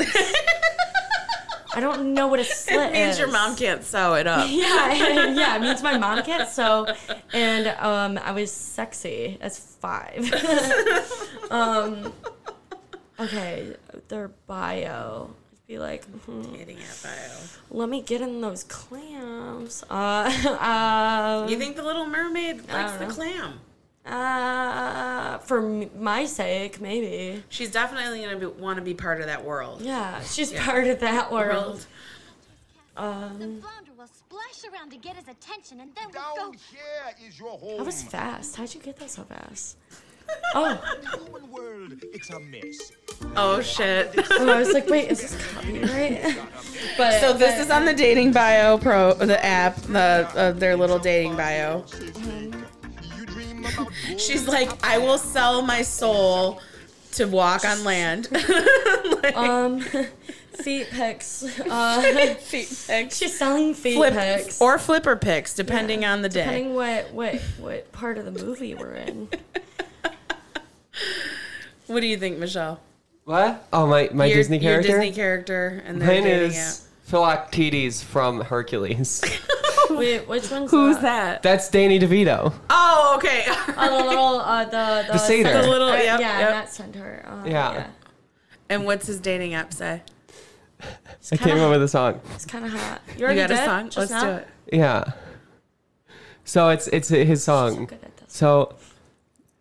S3: I don't know what a slit
S1: Means
S3: is."
S1: your mom can't sew it up.
S3: yeah, yeah. It means my mom can't sew, and um, I was sexy as five. um, okay, their bio would be like, "Mhm,
S1: dating app bio.
S3: let me get in those clams. Uh,
S1: You think the Little Mermaid likes
S3: don't
S1: the
S3: know.
S1: clam?
S3: uh, uh, for m- my sake, maybe.
S1: She's definitely gonna be, want to be part of that world.
S3: Yeah, she's part of that world.
S7: The flounder will splash around to get his attention, and then we go.
S8: Down here is your home.
S3: That was fast. How'd you get that so fast? Oh,
S8: Human world, it's a mess.
S1: Oh shit!
S3: oh, I was like, wait, is this copyright? but
S1: So this is on the dating bio pro the app the uh, their little dating bio. Mm-hmm.
S8: You dream about
S1: She's like, I will sell my soul to walk on land.
S3: Um, feet pics. Uh,
S1: Feet pics.
S3: she's selling feet
S1: Flip,
S3: pics.
S1: or flipper picks, depending on the day.
S3: depending what what what part of the movie we're in.
S1: What do you think, Michelle?
S2: What? Oh, my, my
S1: your,
S2: Disney
S1: your
S2: character?
S1: Disney character, and their
S2: Mine
S1: dating
S2: is Philoctetes from Hercules.
S3: Wait, which one's
S1: Who's that?
S2: That's Danny DeVito.
S1: Oh, okay.
S3: Oh, the little uh, the the,
S2: The satyr.
S3: centaur.
S2: The
S1: little-
S3: Uh,
S1: yep,
S3: yeah,
S1: yep.
S3: not centaur. Uh,
S2: Yeah.
S3: yeah.
S1: and what's his dating app say?
S3: It's
S2: I came
S3: kinda-
S2: up with a song.
S3: It's kind of hot.
S1: You
S3: already
S1: got a
S3: did?
S1: song? Let's
S3: Just
S1: do
S3: now?
S1: it.
S2: Yeah. So it's it's his song.
S3: Good at this.
S2: So,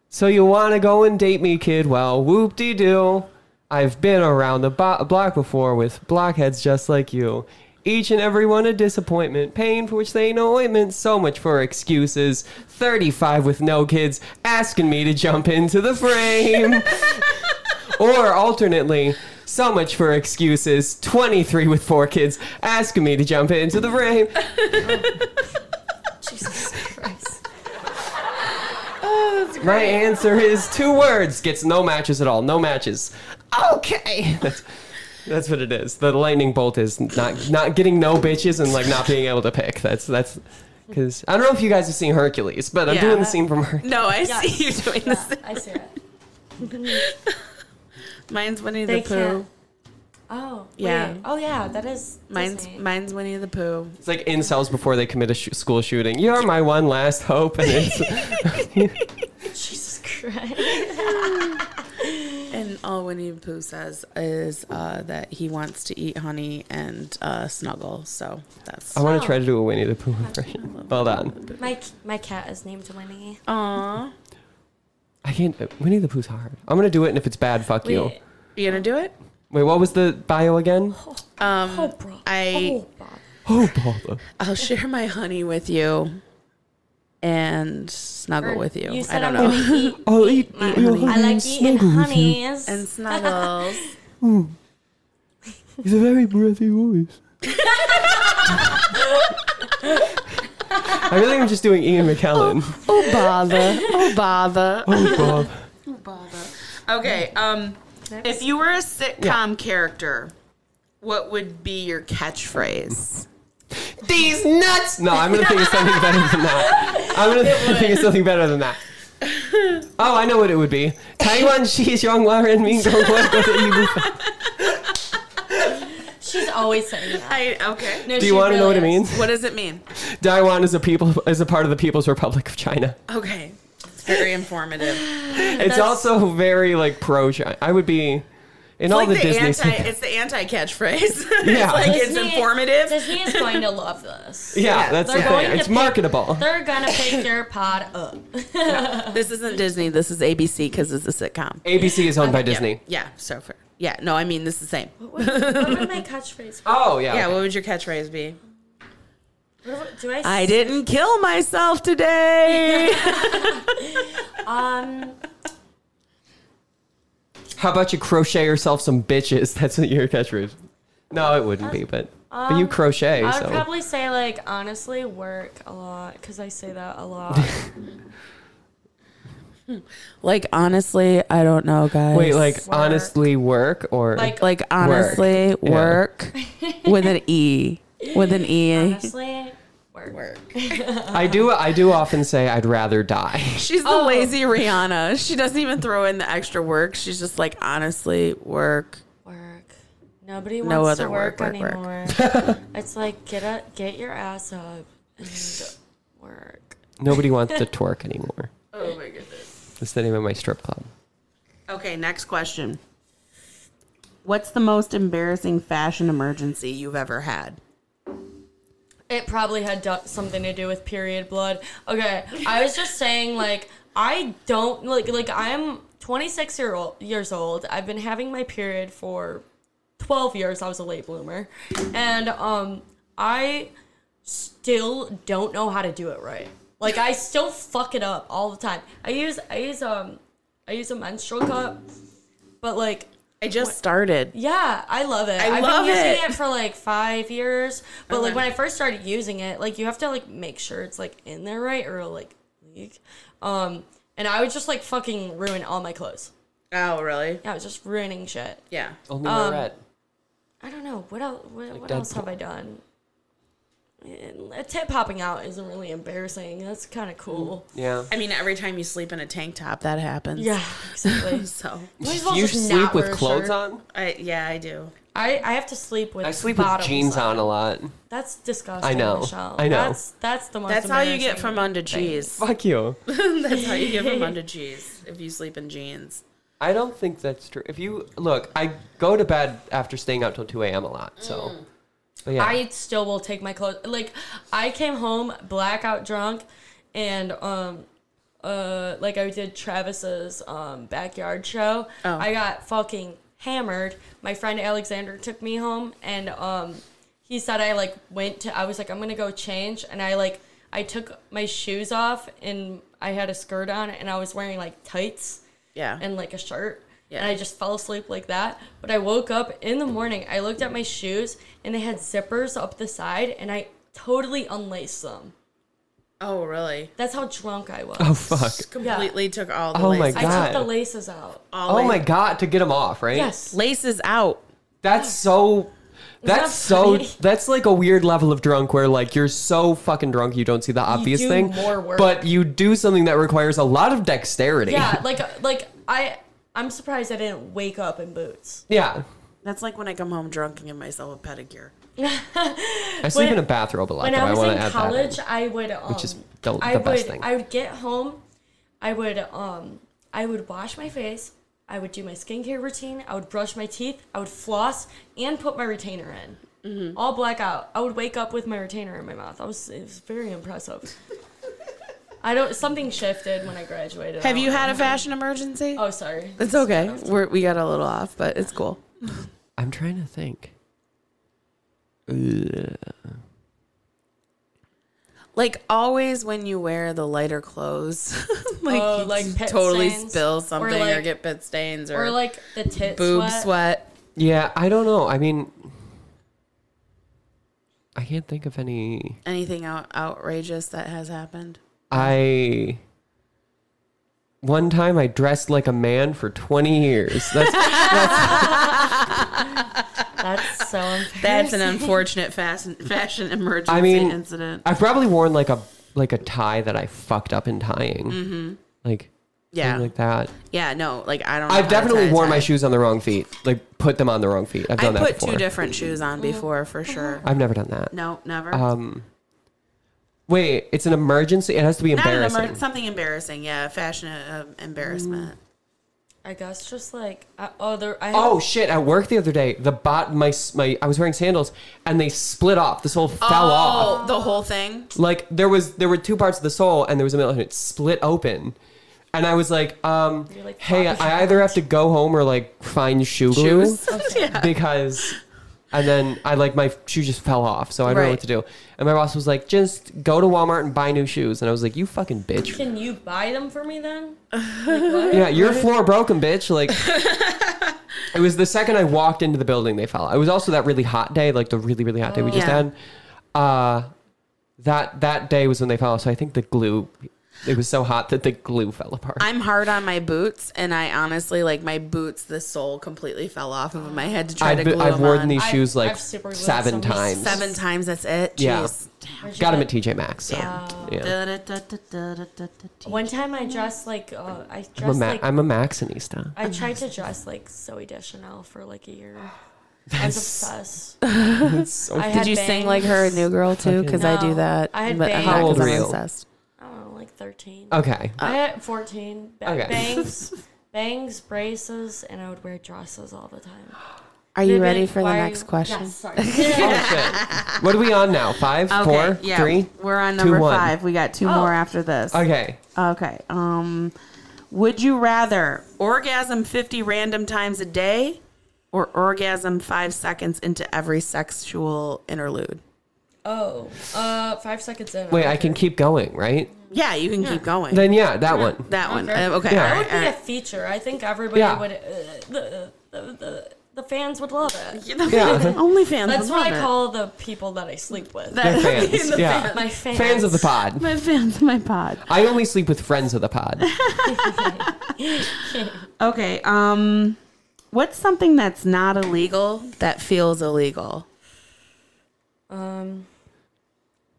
S2: so you wanna go and date me, kid? Well, whoop de doo. I've been around the bo- block before with blockheads just like you. Each and every one a disappointment, pain for which they know ointment. So much for excuses. Thirty-five with no kids, asking me to jump into the frame. or alternately, so much for excuses. Twenty-three with four kids, asking me to jump into the frame.
S3: Jesus Christ.
S2: My answer is two words. Gets no matches at all. No matches. Okay. That's, that's what it is. The lightning bolt is not not getting no bitches and like not being able to pick. That's that's because I don't know if you guys have seen Hercules, but I'm
S1: Yeah.
S2: doing the scene from Hercules.
S1: No, I
S3: Yeah.
S1: see you doing this.
S3: Yeah, I see it.
S1: Mine's Winnie
S3: They
S1: the Pooh.
S3: can't. Oh
S1: Yeah.
S3: wait. Oh yeah, that is.
S1: Mine's
S3: Disney.
S1: mine's Winnie the Pooh.
S2: It's like incels before they commit a sh- school shooting. You're my one last hope. And it's,
S3: Jesus Christ.
S1: And all Winnie the Pooh says is uh, that he wants to eat honey and uh, snuggle. So that's
S2: I want to try to do a Winnie the Pooh version. Hold on.
S3: My my cat is named Winnie.
S1: Aw.
S2: I can't. uh, Winnie the Pooh's hard. I'm gonna do it, and if it's bad, fuck you.
S3: Wait.
S1: You gonna do it?
S2: Wait, what was the bio again?
S3: Oh, bro.
S1: Um, I-
S3: oh, Bob.
S2: Oh, Paula.
S1: I'll share my honey with you and snuggle with you. I
S3: said
S1: don't
S3: I'm
S1: know.
S3: gonna eat-
S2: I'll eat
S3: my
S2: your
S3: honey. I
S2: honey and
S3: like eating
S2: snuggle with you.
S3: honeys.
S1: And snuggles.
S2: It's a very breathy voice. I really am just doing Ian McKellen.
S1: oh bother. Oh bother.
S2: Oh, Bob.
S1: Okay. Um if you were a sitcom character, what would be your catchphrase?
S2: These nuts! No, I'm gonna think of something better than that. I'm gonna think of something better than that. Oh, I know what it would be. Taiwan Shi Zhong Hua Ren Ming Gong Hua Guo Zhe Yi Bu Fa.
S3: She's always saying that.
S1: I okay.
S2: Do you want to know what it means?
S1: What does it mean?
S2: Taiwan is a people is a part of the People's Republic of China.
S1: Okay. It's very informative.
S2: It's also very like pro China. I would be in all
S1: like
S2: the,
S1: the anti
S2: Disney.
S1: it's the anti catchphrase.
S2: Yeah.
S1: it's like it's
S3: Disney-
S1: informative.
S3: Disney is going to love this.
S2: yeah, that's the
S3: They're going
S2: thing.
S3: to
S2: It's
S3: pick-
S2: marketable.
S3: They're gonna pick your pod up.
S1: This isn't Disney, this is ABC because it's a sitcom.
S2: ABC is owned by
S1: Yeah,
S2: Disney.
S1: Yeah, so fair. Yeah, no, I mean this is the same.
S3: Wait, what would my catchphrase? Be?
S2: Oh yeah.
S1: Yeah, what would your catchphrase be?
S3: What would- do I? s-
S1: I didn't kill myself today.
S3: Um,
S2: How about you crochet yourself some bitches? That's what your catchphrase. No, it wouldn't be, but but you crochet.
S3: Um, I
S2: so
S3: would probably say like honestly work a lot because I say that a lot.
S1: Like honestly, I don't know, guys.
S2: Wait, like
S3: Work.
S2: honestly, work or
S3: Like-
S1: like honestly,
S2: Yeah.
S1: work, with an e, with an e.
S3: Honestly, work.
S2: I do. I do often say I'd rather die.
S1: She's the
S3: Oh.
S1: lazy Rihanna. She doesn't even throw in the extra work. She's just like honestly, work.
S3: Work. Nobody wants
S1: No
S3: to
S1: other
S3: work,
S1: work, work, work.
S3: anymore. it's like get up, get your ass up and work.
S2: Nobody wants to twerk anymore.
S1: Oh my goodness.
S2: That's the name of my strip club.
S1: Okay, next question. What's the most embarrassing fashion emergency you've ever had?
S3: It probably had do- something to do with period blood. Okay, I was just saying like I don't like like I'm 26 year old years old. I've been having my period for 12 years. I was a late bloomer, and um I still don't know how to do it right. Like I still fuck it up all the time. I use I use um I use a menstrual cup, but like
S1: I just started.
S3: yeah, I love it.
S1: I
S3: have
S1: love
S3: been using
S1: it.
S3: it. for like five years, but like
S1: Okay.
S3: when I first started using it, like you have to like make sure it's like in there right or it'll, like leak. Um, and I would just like fucking ruin all my clothes.
S1: Oh, really?
S3: Yeah, I was just ruining shit.
S1: Yeah.
S2: Only
S3: Um,
S2: Lorette.
S3: I don't know what else. What, what
S2: dead
S3: else have I done? And A tip popping out isn't really embarrassing. That's kind
S1: Mm.
S3: of cool.
S2: Yeah.
S1: I mean, every time you sleep in a tank top, that happens.
S3: Yeah, exactly.
S1: So,
S3: Might as well
S2: you
S3: just
S2: sleep
S3: not
S2: with
S3: wear a
S2: clothes
S3: shirt.
S2: on?
S1: I yeah, I do.
S3: I, I have to sleep with.
S2: I sleep with
S3: bottoms
S2: jeans on a lot.
S3: That's disgusting.
S2: I know.
S3: Michelle.
S2: I know.
S3: That's that's the most.
S1: That's how you get
S3: embarrassing
S1: from under
S3: thing.
S1: cheese.
S2: Fuck you.
S1: That's how you get from under cheese if you sleep in jeans.
S2: I don't think that's true. If you look, I go to bed after staying out till 2 a.m. a lot. So, but yeah.
S3: Mm. I still will take my clothes. Like I came home blackout drunk, and um, uh, like I did Travis's um backyard show.
S1: Oh.
S3: I got fucking hammered. My friend Alexander took me home, and um, he said I like went to. I was like, I'm gonna go change, and I like I took my shoes off, and I had a skirt on, and I was wearing like tights
S1: Yeah.
S3: and like a shirt.
S1: Yeah.
S3: And I just fell asleep like that. But I woke up in the morning. I looked at my shoes and they had zippers up the side and I totally unlaced them.
S1: oh, really?
S3: That's how drunk I was.
S2: oh fuck.
S1: Completely took all the
S2: Oh my
S1: laces.
S2: god.
S3: I took the laces out.
S1: all
S2: Oh
S1: la-
S2: my god, to get them off, right?
S3: Yes.
S1: laces out.
S2: That's so.
S3: that
S2: That's so.
S3: funny?
S2: That's like a weird level of drunk where like you're so fucking drunk you don't see the obvious
S3: do
S2: thing,
S3: more work.
S2: but you do something that requires a lot of dexterity.
S3: Yeah, like like I I'm surprised I didn't wake up in boots.
S2: yeah.
S1: That's like when I come home drunk and give myself a pedicure.
S2: I sleep in
S3: When-
S2: a bathrobe a lot.
S3: When
S2: though.
S3: I was
S2: wanna
S3: in
S2: add that
S3: college, I would um
S2: is the-
S3: I
S2: the
S3: would
S2: best thing.
S3: I would get home, I would um I would wash my face, I would do my skincare routine, I would brush my teeth, I would floss and put my retainer in.
S1: Mm-hmm.
S3: All blackout. I would wake up with my retainer in my mouth. I was it was very impressive. I don't something shifted when I graduated. I
S1: Have you
S3: don't
S1: had a
S3: know.
S1: fashion emergency?
S3: Oh sorry.
S1: It's okay. We're, we got a little off, but it's cool.
S2: I'm trying to think. Ugh.
S1: Like always, when you wear the lighter clothes, like
S3: Oh,
S1: you
S3: like
S1: just
S3: pit
S1: totally
S3: stains,
S1: spill
S3: or
S1: something or,
S3: like-
S1: get pit stains or,
S3: Or like the tit
S1: boob
S3: sweat.
S1: sweat.
S2: Yeah, I don't know. I mean, I can't think of any.
S1: Anything out, outrageous that has happened?
S2: I one time I dressed like a man for 20 years. That's
S3: That's so embarrassing.
S1: That's an unfortunate fashion fashion emergency
S2: I mean,
S1: incident.
S2: I've probably worn like a like a tie that I fucked up in tying. Mm-hmm. Like
S1: Yeah,
S2: something like that.
S1: yeah, no, like I don't. know how
S2: I've
S1: to
S2: definitely
S1: tie a
S2: worn my
S1: tie.
S2: shoes on the wrong feet. Like put them on the wrong feet. I've
S1: I
S2: done that
S1: put
S2: before.
S1: two different shoes on before for sure.
S2: I've never done that.
S1: No, Mm-hmm. never.
S2: Um Wait, it's an emergency. It has to be
S1: Not an
S2: embarrassing.
S1: emer- something embarrassing. Yeah, fashion uh, embarrassment.
S2: Mm.
S3: I guess just like I, oh there I had
S2: Oh shit! At work the other day, the bot my my I was wearing sandals and they split off. The sole fell off.
S1: Oh, the whole thing.
S2: Like there was there were two parts of the sole and there was a middle and it split open. And I was like, um,
S3: You're like
S2: hey,
S3: floppy
S2: I either have to go home or like find shoe glue
S1: Shoes. yeah.
S2: because. And then I like my shoe just fell off, so I don't know
S1: Right.
S2: what to do. And my boss was like, "Just go to Walmart and buy new shoes." And I was like, "You fucking bitch!
S3: Can you buy them for me then? Like, what?
S2: Yeah, your floor broken, bitch. Like it was the second I walked into the building they fell. It was also that really hot day, like the really, really hot day we just
S1: Yeah.
S2: had. Uh that that day was when they fell, so I think the glue It was so hot that the glue fell apart.
S1: I'm hard on my boots, and I honestly like my boots. The sole completely fell off of them. I had to try
S2: I've,
S1: to
S2: been-
S1: glue
S2: I've
S1: them
S2: worn
S1: on.
S2: these
S3: I've-
S2: shoes like
S3: I've super glued
S2: seven
S3: some of these
S2: times.
S1: seven times. That's it.
S2: Yeah.
S1: Jeez.
S2: Got them at TJ Maxx. So,
S3: Yeah.
S2: yeah.
S3: One time I dressed like uh, I
S2: I'm, a
S3: dressed
S2: Ma-
S3: like
S2: I'm a Maxinista.
S3: I tried to dress like Zoe Deschanel for like a year. I was obsessed.
S2: so
S3: I had
S1: Did you sing like her in New Girl too? Because I do
S3: No.
S1: that.
S3: I had
S1: but I'm
S3: bangs.
S1: not
S3: How
S2: old
S1: 'cause
S2: were
S1: I'm
S2: you?
S1: obsessed.
S3: I don't know, like thirteen.
S2: Okay.
S3: I had fourteen ba-
S2: Oh. Okay.
S3: bangs, bangs, braces, and I would wear dresses all the time.
S1: Are you
S3: They'd be
S1: ready
S3: like,
S1: for the
S3: "Why are
S1: next
S3: you-"
S1: question?
S3: Yes, sorry.
S2: What are we on now? Five, four, three?
S1: We're on
S2: two,
S1: number
S2: one.
S1: five. We got two more after this.
S2: Okay.
S1: Okay. Um, would you rather orgasm 50 random times a day or orgasm five seconds into every sexual interlude?
S3: Oh, uh, five seconds in.
S2: Wait, I can keep going, right?
S1: Yeah, you can keep going.
S2: Then yeah, that one.
S1: that one.
S3: Okay.
S1: Uh, okay.
S2: Yeah.
S1: all
S3: That
S1: right,
S3: would be
S1: all
S3: a
S1: right.
S3: feature. I think everybody
S2: Yeah.
S3: would. Uh, the, the, the the fans would love it.
S2: Yeah.
S1: OnlyFans. would
S3: That's what
S1: love
S3: I
S1: it.
S3: call the people that I sleep with.
S1: That-
S2: They're fans,
S1: the
S2: yeah.
S1: fans.
S3: my fans.
S2: Fans of the pod.
S1: My fans, my pod.
S2: I only sleep with friends of the pod.
S1: Okay. Um, what's something that's not illegal that feels illegal?
S3: Um,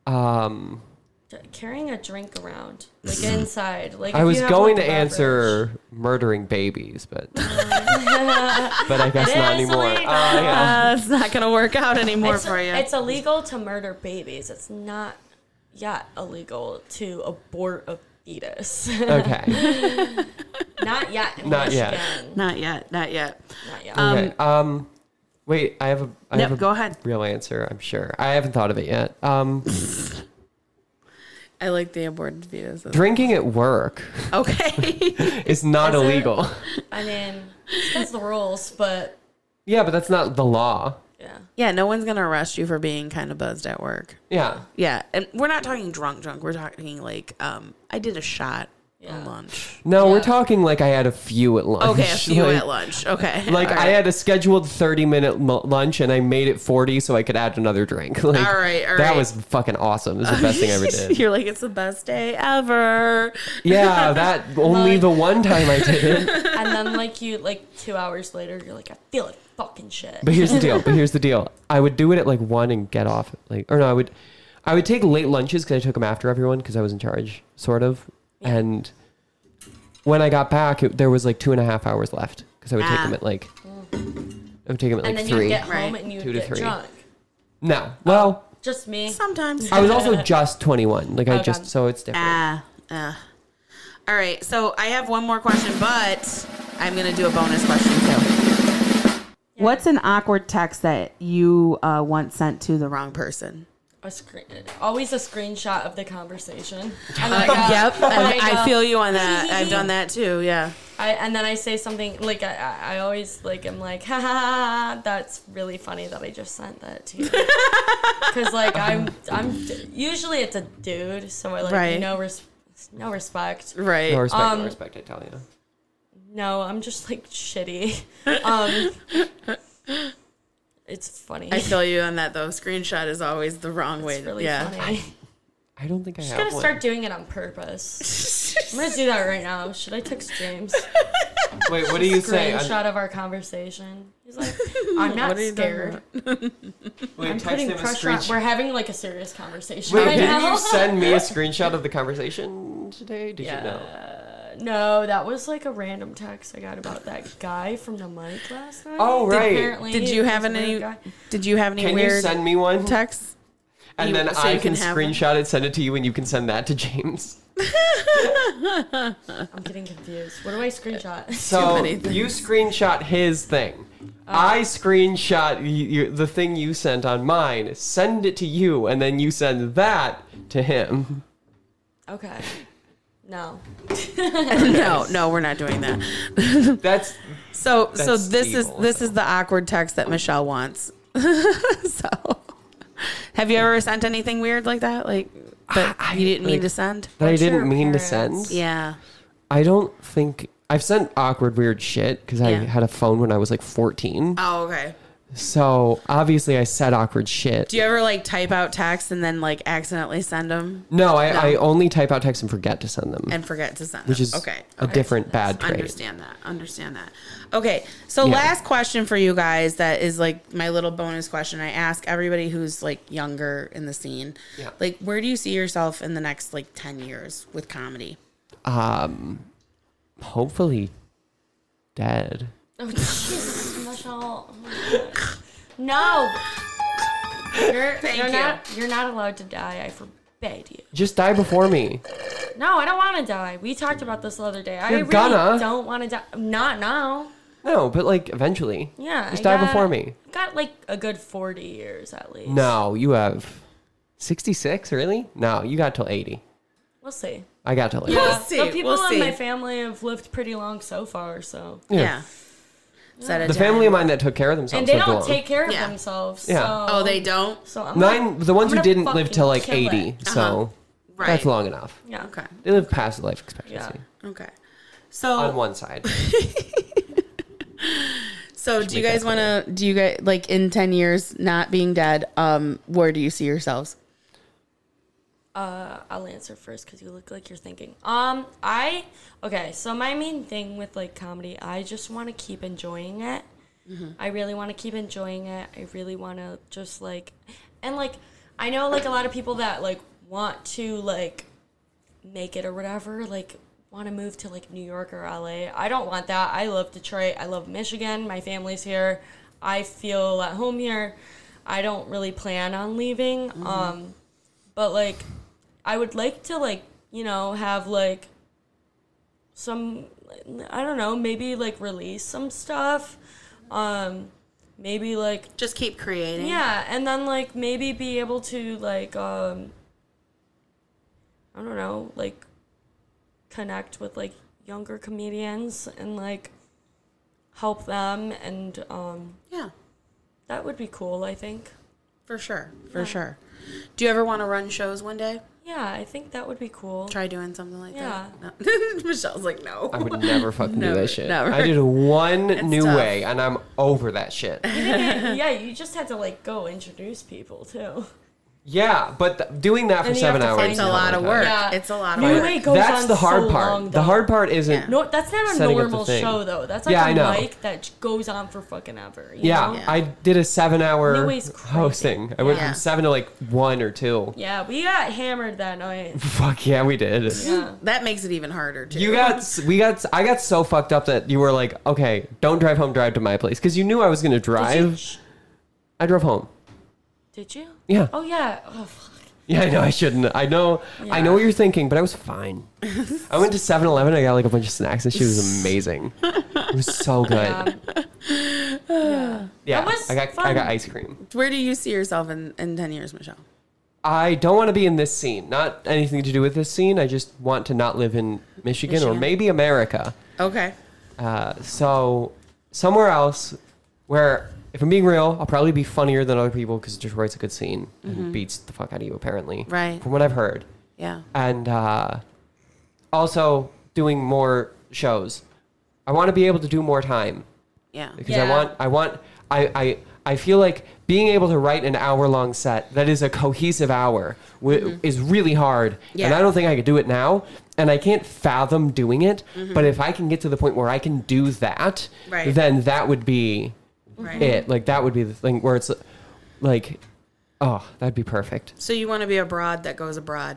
S2: Um,
S3: d- carrying a drink around, like inside. Like
S2: I
S3: if
S2: was
S3: you have,
S2: going
S3: like,
S2: to
S3: a
S2: answer murdering babies, but but I guess
S3: It
S2: not
S3: is
S2: anymore. Uh,
S3: illegal.
S2: yeah.
S1: Uh, it's not gonna work out anymore
S3: beverage. It's, it's illegal to murder babies. It's not yet illegal to abort a fetus.
S2: Okay.
S3: not yet. In
S2: Not yet.
S3: Michigan.
S1: not yet. Not yet.
S3: Not yet.
S2: Okay. Um, wait, I have a. I
S1: No,
S2: have a
S1: go ahead.
S2: Real answer, I'm sure. I haven't thought of it yet. Um,
S1: I like the aborted fetus.
S2: drinking at work
S1: Okay.
S2: is not
S3: Is it?
S2: illegal.
S3: I mean, that's the rules, but
S2: Yeah, but that's not the law.
S3: yeah.
S1: Yeah, no one's gonna arrest you for being kind of buzzed at work.
S2: Yeah.
S1: Yeah, and we're not talking drunk, drunk. We're talking like, um, I did a shot on
S3: Yeah.
S1: lunch.
S2: No, we're talking like I had a few at lunch.
S1: Okay, a few
S2: Like-
S1: at lunch. Okay,
S2: Like
S1: All
S2: I
S1: right.
S2: had a scheduled thirty minute mu- lunch and I made it forty so I could add another drink. Like,
S1: All right, all
S2: that
S1: right.
S2: was fucking awesome. It was the best thing I ever did.
S1: You're like, it's the best day ever.
S2: Yeah, that only the one time I did it.
S3: And then like you like two hours later, you're like, I feel like fucking shit.
S2: But here's the deal. But here's the deal. I would do it at like one and get off at, like, or no, I would, I would take late lunches because I took them after everyone because I was in charge, sort of. And when I got back, it, there was like two and a half hours left because I would take
S1: Ah. Mm.
S2: them at like, I would take them at like
S3: and then
S2: three.
S3: you get home
S1: Right.
S3: and you
S2: Two to
S3: get
S2: three.
S3: drunk.
S2: no, well,
S3: Just me.
S1: Sometimes.
S2: I was also just twenty one. Like I
S3: Okay.
S2: just so it's different.
S1: Ah, ah. All right, so I have one more question, but I'm gonna do a bonus question too. What's an awkward text that you uh, once sent to the wrong person?
S3: A screen, always a screenshot of the conversation. And
S1: Uh,
S3: then I go-
S1: yep,
S3: and then
S1: I, I
S3: go-
S1: feel you on that. I've done that too. Yeah.
S3: I, and then I say something like I- I, I always like am like ha ha, ha ha, that's really funny that I just sent that to you because like I'm I'm usually it's a dude so I like
S1: Um, Right.
S3: no res, no respect
S1: Right.
S2: No respect, no respect, I tell you.
S3: no I'm just like shitty um it's funny
S1: I feel you on that though. Screenshot is always the wrong way.
S3: it's
S1: to-
S3: really
S1: yeah.
S3: funny
S2: I don't think I
S3: I'm
S2: have
S3: gonna
S2: one.
S3: start doing it on purpose I'm gonna do that right now should I text James
S2: Wait, what do you say? I'm-
S3: screenshot of our conversation he's like I'm not
S1: What are you talking
S3: scared.
S1: about?
S2: Wait,
S3: I'm
S2: text
S3: putting
S2: him a
S3: pressure on.
S2: screenshot.
S3: We're having like a serious conversation
S2: Wait,
S3: right
S2: did
S3: now.
S2: you send me a screenshot of the conversation today? Did you know?
S3: no, that was like a random text I got about that guy from the mic last night.
S2: Oh, right.
S3: Apparently,
S1: Did you
S3: he
S1: have
S3: was a weird
S1: any?
S3: guy.
S1: Did you have any
S2: Can you
S1: weird
S2: send me one?
S1: texts?
S2: and
S1: you-
S2: then
S1: so
S2: I
S1: you
S2: can,
S1: can have one?
S2: screenshot it, send it to you, and you can send that to James.
S3: I'm getting confused. What do I screenshot?
S2: So
S1: many things. Uh.
S2: you screenshot his thing. I screenshot y y the thing you sent on mine, send it to you, and then you send that to him.
S3: okay. No.
S1: no, no, we're not doing that.
S2: That's
S1: So, so
S2: That's
S1: this
S2: evil,
S1: is this
S2: though.
S1: is the awkward text that Michelle wants. so, have you ever sent anything weird like that? Like, but you didn't mean to send.
S2: that I
S3: What's your
S2: didn't mean to
S3: parents?
S2: send.
S1: Yeah.
S2: I don't think I've sent awkward, weird shit because I
S1: Yeah.
S2: had a phone when I was like 14.
S1: Oh, okay.
S2: So obviously, I said awkward shit.
S1: Do you ever like type out texts and then like accidentally send them
S2: no, I, I only type out texts and forget to send them,
S1: and forget to send them?
S2: which is
S1: okay.
S2: a different bad trait.
S1: Understand that. Understand that. Okay. So
S2: Yeah.
S1: last question for you guys that is like my little bonus question I ask everybody who's like younger in the scene.
S2: Yeah.
S1: Like where do you see yourself in the next like 10 years with comedy?
S2: Um, hopefully, dead.
S3: Oh, Jesus, Michelle. Oh, my God. No. You're, you're
S1: you.
S3: Not, you're not allowed to die. I forbid you.
S2: Just die before me.
S3: No, I don't want to die. We talked about this the other day. I
S2: You're
S3: really
S2: gonna.
S3: don't want to die. Not now.
S2: No, but like eventually.
S3: Yeah.
S2: Just
S3: I
S2: die
S3: got-
S2: before me.
S3: I've got like a good 40 years at least.
S2: No, you have 66, really? No, you got till 80.
S3: We'll see.
S2: I got till 80.
S1: We'll
S3: Yeah,
S1: see,
S3: The people
S1: we'll
S3: in
S1: see.
S3: my family have lived pretty long so far, so.
S1: Yeah.
S2: Yeah.
S1: Is that a
S2: The
S1: 10?
S2: family of mine that took care of themselves
S3: And they
S2: lived
S3: don't
S2: long.
S3: take care of
S1: Yeah.
S3: themselves.
S2: Yeah.
S3: So,
S1: Oh, they don't.
S3: So I'm
S2: Nine,
S3: not-
S2: the ones
S3: I'm
S2: who
S3: gonna
S2: didn't live
S3: fucking
S2: till like
S3: kill
S2: 80,
S3: it. Uh-huh.
S2: so
S1: Right.
S2: that's long enough.
S3: Yeah.
S1: Okay.
S2: They live past life expectancy
S3: Yeah.
S1: Okay.
S2: on
S1: So
S2: one side.
S1: so do you
S2: make that
S1: guys want to do you guys like in 10 years not being dead um where do you see yourselves?
S3: Uh, I'll answer first because you look like you're thinking. Um, I okay. So my main thing with like comedy, I just want to keep enjoying it. I really want to keep enjoying it. I really want to just like, and like, I know like a lot of people that like want to like make it or whatever, like want to move to like New York or LA. I don't want that. I love Detroit. I love Michigan. My family's here. I feel at home here. I don't really plan on leaving. Um, but like, I would like to like you know have like some I don't know maybe like release some stuff. Um, maybe like
S1: Just keep creating.
S3: yeah, and then like maybe be able to like um I don't know, like connect with like younger comedians and like help them and um
S1: Yeah.
S3: that would be cool, I think.
S1: For sure. For sure. Do you ever want to run shows one day?
S3: Yeah, I think that would be cool.
S1: Try doing something like
S3: Yeah.
S1: that. No. Michelle's like, no.
S2: I would never fucking do
S1: Never,
S2: that shit.
S1: never.
S2: I did one new
S1: tough.
S2: way, and I'm over that shit.
S3: yeah, you just had to like go introduce people too.
S2: yeah, but th- doing that for
S3: And you
S2: seven
S3: have to
S2: hours
S3: find
S2: is
S1: it's a
S2: not
S1: lot
S2: my
S1: of
S2: thing.
S1: work.
S3: Yeah.
S1: It's a lot of
S3: New
S1: work.
S3: way goes
S2: That's
S3: on
S2: the hard
S3: so
S2: part.
S3: long,
S2: the
S3: though.
S2: hard part isn't
S1: Yeah.
S3: No, that's not a
S2: Setting up the
S3: normal
S2: thing.
S3: show though. That's like
S2: Yeah, I know.
S3: a mic that goes on for fucking ever. you
S2: Yeah,
S3: know?
S2: I did a seven
S3: New
S2: hour
S3: Way's crazy.
S2: hosting. I went
S1: Yeah.
S2: from seven to like one or two.
S3: Yeah, we got hammered that night. Uh,
S2: Fuck yeah, we did.
S3: Yeah.
S1: That makes it even harder too.
S2: You got, we got, I got so fucked up that you were like, okay, don't drive home, drive to my place. Cause you knew I was gonna
S3: Did you,
S2: drive.
S3: sh-
S2: I drove home.
S3: did you?
S2: Yeah.
S3: Oh yeah. Oh fuck.
S2: Yeah, I know I shouldn't. I know, I know what you're thinking, but I was fine. I went to 7 Eleven, I got like a bunch of snacks, and she was amazing. it was so good. Yeah.
S3: Yeah. That was
S2: I got, I
S3: fun.
S2: got ice cream.
S1: Where do you see yourself in, in 10 years, Michelle?
S2: I don't want to be in this scene. Not anything to do with this scene. I just want to not live in Michigan, or
S1: Michigan.
S2: maybe America.
S1: Okay.
S2: Uh, so somewhere else where, if I'm being real, I'll probably be funnier than other people because Detroit's a good scene and beats the fuck out of you apparently.
S1: Right.
S2: From what I've heard,
S1: Yeah.
S2: and uh, also doing more shows. I want to be able to do more time
S1: Yeah.
S2: because I
S3: Yeah.
S2: want I want I I I feel like being able to write an hour long set that is a cohesive hour w- is really hard and
S1: Mm-hmm. Yeah.
S2: I don't think I could do it now and I can't fathom doing it but if I can get to the point where I can do that
S1: Mm-hmm. Right.
S2: then that would be
S1: Right.
S2: it like that would be the thing where it's like oh that'd be perfect
S1: So you want to be abroad that goes abroad.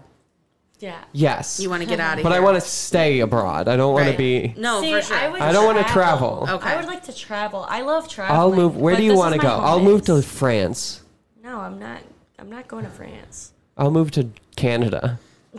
S3: Yeah.
S2: yes
S1: You want to get out of
S2: but
S1: here.
S2: I want to stay abroad I don't want to
S1: Right.
S2: be
S1: No,
S3: See,
S1: for sure.
S3: I, would
S2: I don't wanna travel.
S1: Okay.
S3: I would like to travel. I love traveling.
S2: I'll move where
S3: but
S2: do you
S3: this
S2: want to
S3: is
S2: go
S3: my home
S2: I'll move to
S3: base.
S2: France
S3: No, I'm not. I'm not going to France.
S2: I'll move to Canada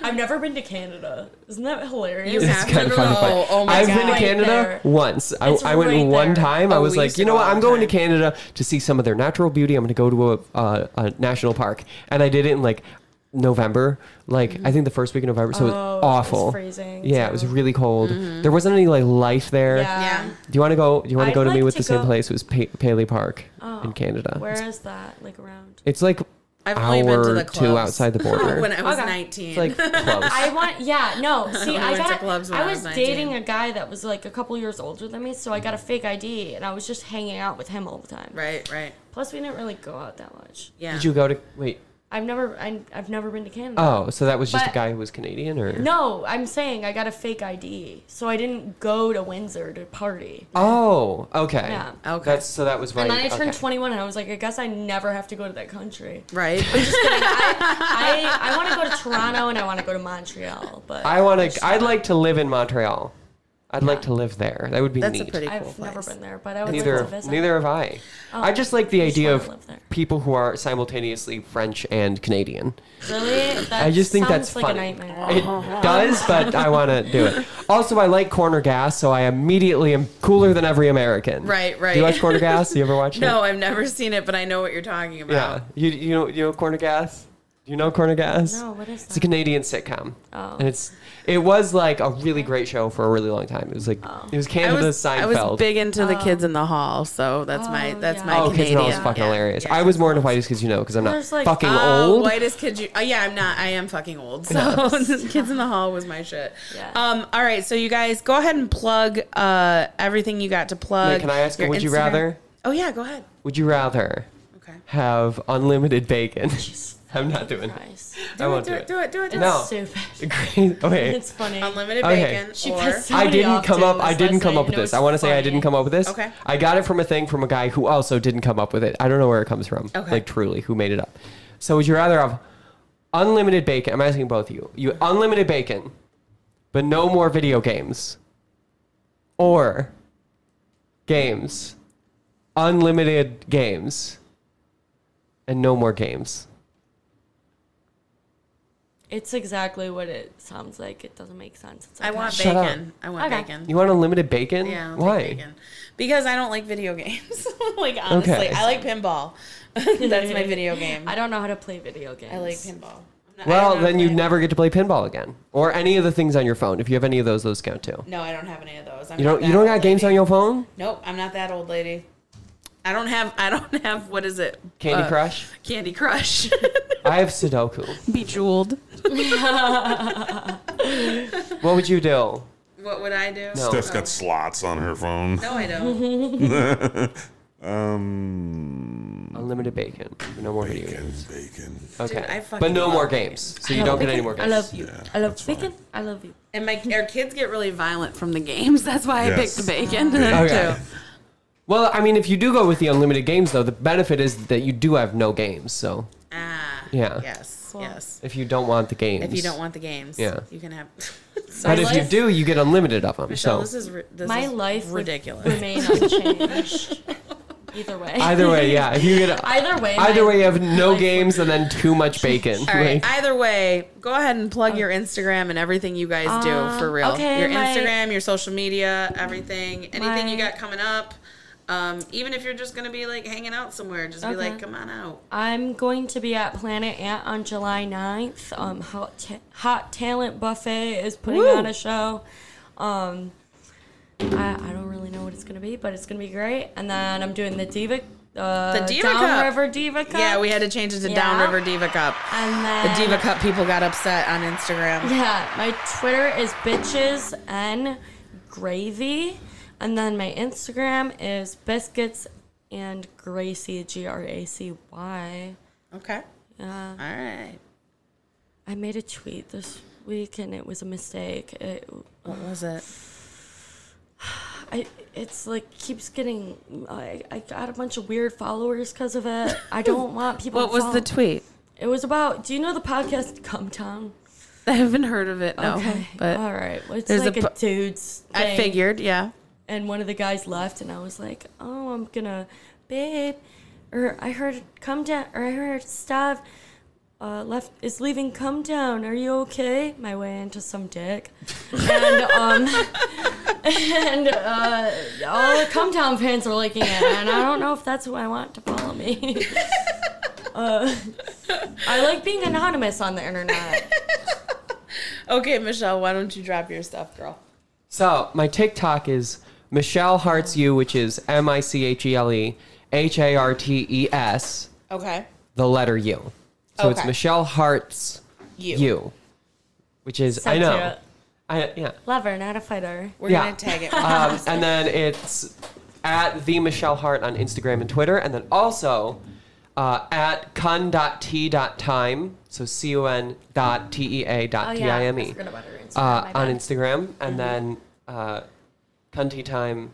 S3: I've never been to Canada. Isn't that hilarious?
S1: You have
S2: kind
S1: to
S2: of fun to
S1: go.
S2: find.
S1: Oh my
S2: I've
S1: God.
S2: been to
S3: Right
S2: Canada
S3: there.
S2: once. I,
S3: It's
S2: I went
S3: right
S2: one
S3: there.
S2: time. I
S1: Oh,
S2: was
S1: we
S2: like,
S1: used to
S2: you know
S1: go
S2: what?
S1: all
S2: I'm
S1: the
S2: going to
S1: time.
S2: Canada to see some of their natural beauty. I'm going to go to a, uh, a national park, and I did it in like November. Like I think the first week of November. So it
S3: Oh, it
S2: was
S3: was
S2: awful.
S3: freezing,
S2: Yeah, it was
S3: too. Mm-hmm.
S2: really cold. There wasn't any like life there.
S3: Yeah.
S1: Yeah.
S2: Do you want to go? Do you want to
S3: I'd
S2: go to me
S3: like
S2: with
S3: to
S2: the same
S3: go- Oh,
S2: place? It was pa- Paley Park in Canada.
S3: Where
S2: It's,
S3: is that? Like around?
S2: it's like
S1: I've only been to
S2: hour
S1: the
S2: or two
S1: clubs
S2: outside the border.
S1: when I was
S3: Okay.
S1: 19.
S2: it's like close.
S3: I want, yeah, no. See,
S1: I
S3: I,
S1: went to
S3: got,
S1: clubs when
S3: I
S1: I
S3: was
S1: was 19.
S3: dating a guy that was like a couple years older than me, so I got a fake ID, and I was just hanging out with him all the time.
S1: right, right.
S3: Plus, we didn't really go out that much.
S1: Yeah.
S2: Did you go to wait?
S3: I've never, I, I've never been to Canada.
S2: Oh, so that was just
S3: But-
S2: a guy who was Canadian, or
S3: No, I'm saying I got a fake ID, so I didn't go to Windsor to party.
S2: Oh, okay.
S3: Yeah.
S1: Okay.
S2: That's so that was right.
S3: And then I turned
S2: okay.
S3: 21, and I was like, I guess I never have to go to that country.
S1: right.
S3: I, I want to go to Toronto and I want to go to Montreal, but
S2: I want to. I'd like to live in Montreal. I'd like to live there. That would be
S1: That's a
S2: neat.
S1: pretty cool
S3: I've
S1: place.
S3: never been there, but I would
S2: neither
S3: like to visit.
S2: neither have I. I just like the
S3: I just
S2: idea
S3: wanna
S2: of
S3: live there.
S2: people who are simultaneously French and Canadian.
S3: Really? That
S2: I just think
S3: sounds
S2: that's
S3: like
S2: funny.
S3: a nightmare.
S2: It does, but I want to do it. Also, I like Corner Gas, so I immediately am cooler than every American.
S1: Right,
S2: Do you
S1: right.
S2: watch Corner Gas? You ever watch it?
S1: no, I've never seen it, but I know what you're talking
S2: Yeah.
S1: about.
S2: You you know you know Corner Gas? Do you know Corner Gas?
S3: No, what is
S2: It's a
S3: that?
S2: Canadian sitcom. Oh. And it's it was like a really great show for a really long time. It was like
S3: Oh.
S2: it was
S1: I
S2: Canada's
S1: was, I
S2: Seinfeld.
S1: was big into the kids in the hall, so that's my that's
S3: yeah.
S1: my
S2: oh, Kids in
S1: Canadian.
S2: the Hall is fucking
S1: yeah.
S2: hilarious. I was more into White as Kids You Know because I'm not
S3: There's, like,
S2: fucking
S1: Oh,
S2: old.
S1: whitest kid you? Oh, yeah, I'm not. I am fucking old. So kids in the hall was my shit.
S3: Yeah.
S1: Um. All right. So you guys go ahead and plug uh everything you got to plug.
S2: Wait, can I ask you,
S1: your
S2: would you
S1: Instagram-
S2: rather?
S1: Oh yeah, go ahead.
S2: Would you rather
S1: Okay.
S2: have unlimited bacon? I'm not doing it.
S3: Christ.
S2: I won't
S1: do it. Do it. Do it. Do
S2: No.
S3: Stupid.
S2: Great. Okay.
S3: It's funny.
S1: Unlimited
S2: Okay.
S1: bacon.
S3: She
S1: or,
S3: passed-
S2: I
S3: Somebody
S2: didn't come up.
S3: often was
S2: I didn't
S3: last
S2: come
S3: night,
S2: up with
S3: and it
S2: this.
S3: was
S2: I want to say I
S3: funny.
S2: didn't come up with this.
S1: Okay.
S2: I got it from a thing from a guy who also didn't come up with it. I don't know where it comes from.
S1: Okay.
S2: Like truly, who made it up? So would you rather have unlimited bacon? I'm asking both of you. You unlimited bacon, but no more video games, or games, unlimited games, and no more games.
S3: It's exactly what it sounds like. It doesn't make sense. It's
S1: I
S3: okay.
S1: want
S2: Shut up.
S1: bacon. I want
S3: Okay.
S1: bacon.
S2: You want unlimited bacon?
S1: Yeah, I'll take
S2: Why?
S1: bacon. Because I don't like video games. like honestly,
S2: Okay.
S1: I like pinball. That's my video game.
S3: I don't know how to play video games.
S1: I like pinball. I'm not- I
S2: Well,
S1: don't know
S2: then you
S1: if I-
S2: never get to play pinball again, or any of the things on your phone. If you have any of those, those count too.
S1: No, I don't have any of those. I'm
S2: You
S1: not
S2: don't. You
S1: that
S2: don't
S1: old
S2: got games
S1: lady.
S2: on your phone.
S1: Nope, I'm not that old lady. I don't have. I don't have. What is it?
S2: Candy
S1: Uh,
S2: Crush.
S1: Candy Crush.
S2: I have Sudoku.
S1: Bejeweled.
S2: What would you do?
S1: What would I do?
S2: No.
S5: Steph's got slots on her phone.
S1: Oh, No, I don't.
S5: Um,
S2: Unlimited bacon. No more video
S5: bacon,
S2: games.
S5: bacon.
S2: Okay.
S1: I fucking
S2: but no
S1: love
S2: more
S1: bacon.
S2: games. So you don't get any more
S3: I
S2: games.
S3: love you. I love
S5: that's fine.
S3: bacon. I love you.
S1: And my our kids get really violent from the games. That's why I
S5: Yes.
S1: picked bacon
S2: Okay.
S1: too.
S2: Well, I mean, if you do go with the unlimited games, though, the benefit is that you do have no games. So
S1: Ah.
S2: Yeah.
S1: Yes. Yes.
S2: if you don't want the games,
S1: If you don't want the games,
S2: Yeah.
S1: you can have.
S2: but
S1: Sorry,
S2: if you
S3: life-
S2: do, you get unlimited of them.
S1: Michelle,
S2: so
S1: this is ri- this
S3: My
S1: is
S3: life would
S1: ridiculous.
S3: remain unchanged. Either way.
S2: either way, yeah. If you get
S3: Either way.
S2: either
S3: my
S2: way, you have no
S3: life
S2: games and then too much bacon.
S1: All right.
S2: Like-
S1: Either way, go ahead and plug your Instagram and everything you guys do for real.
S3: Um, okay,
S1: your
S3: my-
S1: Instagram, your social media, everything, anything you
S3: My-
S1: got coming up. Um, even if you're just gonna be like hanging out somewhere, just be like, come on out.
S3: I'm going to be at Planet Ant on July 9th. Um, Hot, Ta- Hot Talent Buffet is putting
S1: Woo!
S3: on a show. Um, I, I don't really know what it's going to be, but it's going to be great. And then I'm doing the Diva, uh,
S1: The Diva Cup.
S3: Downriver Diva Cup.
S1: Yeah, we had to change it to
S3: Yeah.
S1: Downriver Diva Cup.
S3: And then
S1: The Diva Cup people got upset on Instagram.
S3: Yeah, my Twitter is bitches and gravy, and then my Instagram is biscuits and Gracie G R A C Y.
S1: Okay.
S3: Yeah.
S1: All right.
S3: I made a tweet this week and it was a mistake. It,
S1: What was it?
S3: I, it's like keeps getting. I, I got a bunch of weird followers because of it. I don't want people.
S1: What
S3: to
S1: was
S3: follow-
S1: the tweet?
S3: It was about. Do you know the podcast Come Town?
S1: I haven't heard of it. No, but
S3: all right. Well, it's
S1: there's a
S3: like a,
S1: po-
S3: dude's.
S1: I
S3: thing.
S1: figured. Yeah.
S3: and one of the guys left and i was like oh i'm gonna babe or i heard come down or i heard stav uh, left is leaving come down are you okay my way into some dick and um and uh, all the come down fans are looking at it and i don't know if that's who i want to follow me uh, i like being anonymous on the internet
S1: Okay, Michelle, why don't you drop your stuff, girl?
S2: So my TikTok is Michelle Hearts You, which is M I C H E L E H A R T E S,
S1: Okay.
S2: the letter U. So it's
S1: Okay.
S2: Michelle Hart's
S1: You.
S2: You, which is I
S3: Sub-Zero.
S2: know. I yeah.
S3: Lover, not a fighter.
S1: We're
S2: Yeah.
S1: gonna tag it.
S2: Um, and then it's at the Michelle Hart on Instagram and Twitter, and then also uh, at cun.t.time, so c u n dot t e a
S3: Oh,
S2: dot t i m e
S3: about her Instagram.
S2: uh, on Instagram, and then uh, cunty time.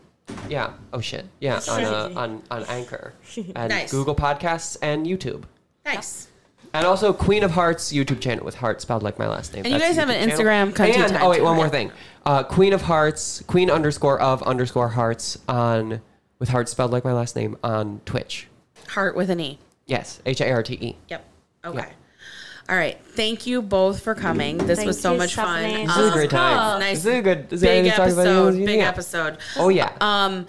S2: Yeah. Oh shit. Yeah. On uh, on on Anchor and
S1: Nice.
S2: Google Podcasts and YouTube.
S1: nice.
S2: And also Queen of Hearts YouTube channel with heart spelled like my last name.
S1: And you guys
S2: That's the
S1: have an
S2: YouTube channel.
S1: Instagram, Cunty
S2: and,
S1: Time,
S2: Oh wait,
S1: too,
S2: one more
S1: right?
S2: thing. Uh, Queen of Hearts, Queen underscore of underscore hearts on with heart spelled like my last name on Twitch.
S1: Heart with an E.
S2: Yes, H I R T E.
S1: Yep. Okay. All right. Thank you both for coming. This was
S3: Thank
S1: so
S3: you,
S1: much fun.
S3: Stephanie. This
S2: This is
S3: was
S2: a great time.
S1: Nice.
S2: This is a good. This is
S1: big
S2: good to talk about
S1: episode.
S2: you.
S1: Big
S2: Yeah.
S1: episode.
S2: Oh yeah.
S1: Um,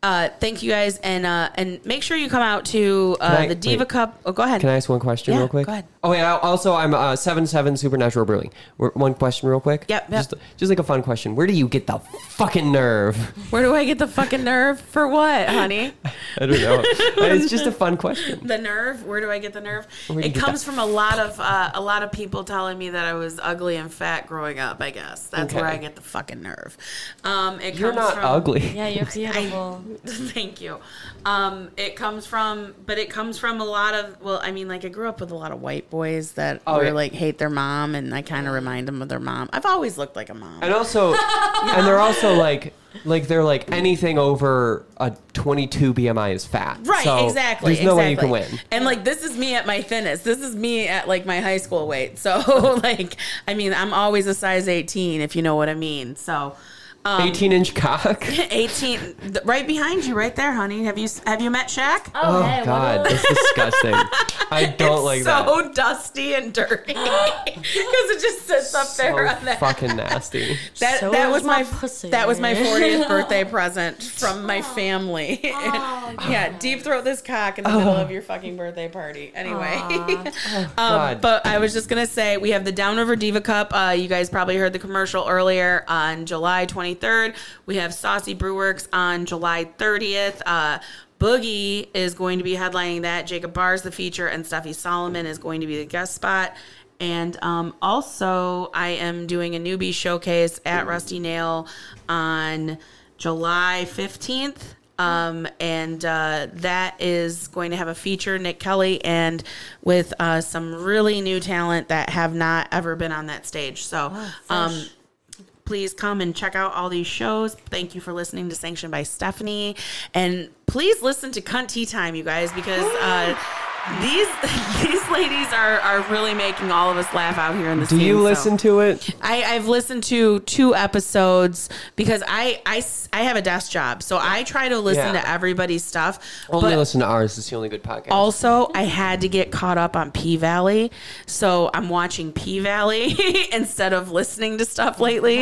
S1: uh, thank you guys, and uh, and make sure you come out to uh,
S2: Can I-
S1: the Diva
S2: wait.
S1: Cup. Oh, go ahead.
S2: Can I ask one question
S1: Yeah,
S2: real quick?
S1: go ahead.
S2: Oh, and I- also, I'm uh, seven seven Supernatural Brewing. We're- One question real quick.
S1: Yep, yep.
S2: Just, just like a fun question. Where do you get the fucking nerve?
S1: Where do I get the fucking nerve for what, honey?
S2: I don't know. it's just a fun question.
S1: the nerve. Where do I get the nerve?
S2: Where do you
S1: It
S2: get
S1: comes
S2: that?
S1: from a lot of uh, a lot of people telling me that I was ugly and fat growing up. I guess that's where
S2: Okay.
S1: I get the fucking nerve. Um, it
S2: You're
S1: comes
S2: not
S1: from,
S2: ugly.
S3: yeah, you're beautiful.
S1: Thank you. Um, it comes from, but it comes from a lot of. Well, I mean, like I grew up with a lot of white boys that
S2: Oh,
S1: were
S2: yeah.
S1: like hate their mom, and I kind of remind them of their mom. I've always looked like a mom.
S2: And also, and they're also like, like they're like anything over a 22 BMI is fat.
S1: Right,
S2: So
S1: exactly.
S2: There's no way you can
S1: exactly.
S2: win.
S1: And like this is me at my thinnest. This is me at like my high school weight. So like I mean, I'm always a size 18 if you know what I mean. So um
S2: 18 inch cock.
S1: Oh, 18 th- right behind you right there, honey. Have you s- have you met Shaq?
S2: Oh,
S3: hey, what
S2: God,
S3: a-
S2: that's disgusting. I don't like
S1: so dusty and dirty because it just sits up
S2: that.
S1: there on that.
S2: fucking nasty.
S1: That,
S3: So
S1: that
S3: is
S1: was
S3: my
S1: my,
S3: pussy.
S1: that was my 40th birthday present from my family.
S2: Oh,
S1: yeah, deep throat this cock in the middle of your fucking birthday party. Anyway, um,
S2: God.
S1: but I was just gonna say we have the Downriver Diva Cup. Uh, you guys probably heard the commercial earlier on July 23rd. We have Saucy Brewworks on July 30th. Uh, Boogie is going to be headlining that. Jacob Barr is the feature, and Steffi Solomon is going to be the guest spot. And um, also, I am doing a newbie showcase at Rusty Nail on July 15th. Um, and uh, that is going to have a feature, Nick Kelly, and with uh, some really new talent that have not ever been on that stage. So um, please come and check out all these shows. Thank you for listening to Sanctioned by Stephanie. And please listen to Cunt Tea Time, you guys, because uh, these these ladies are, are really making all of us laugh out here in the
S2: Do you listen to it?
S1: I, I've listened to two episodes because I, I s- I have a desk job, so I try to listen
S2: Yeah.
S1: to everybody's stuff.
S2: Only
S1: but
S2: listen to ours. It's the only good podcast.
S1: also, I had to get caught up on P Valley, so I'm watching P Valley instead of listening to stuff lately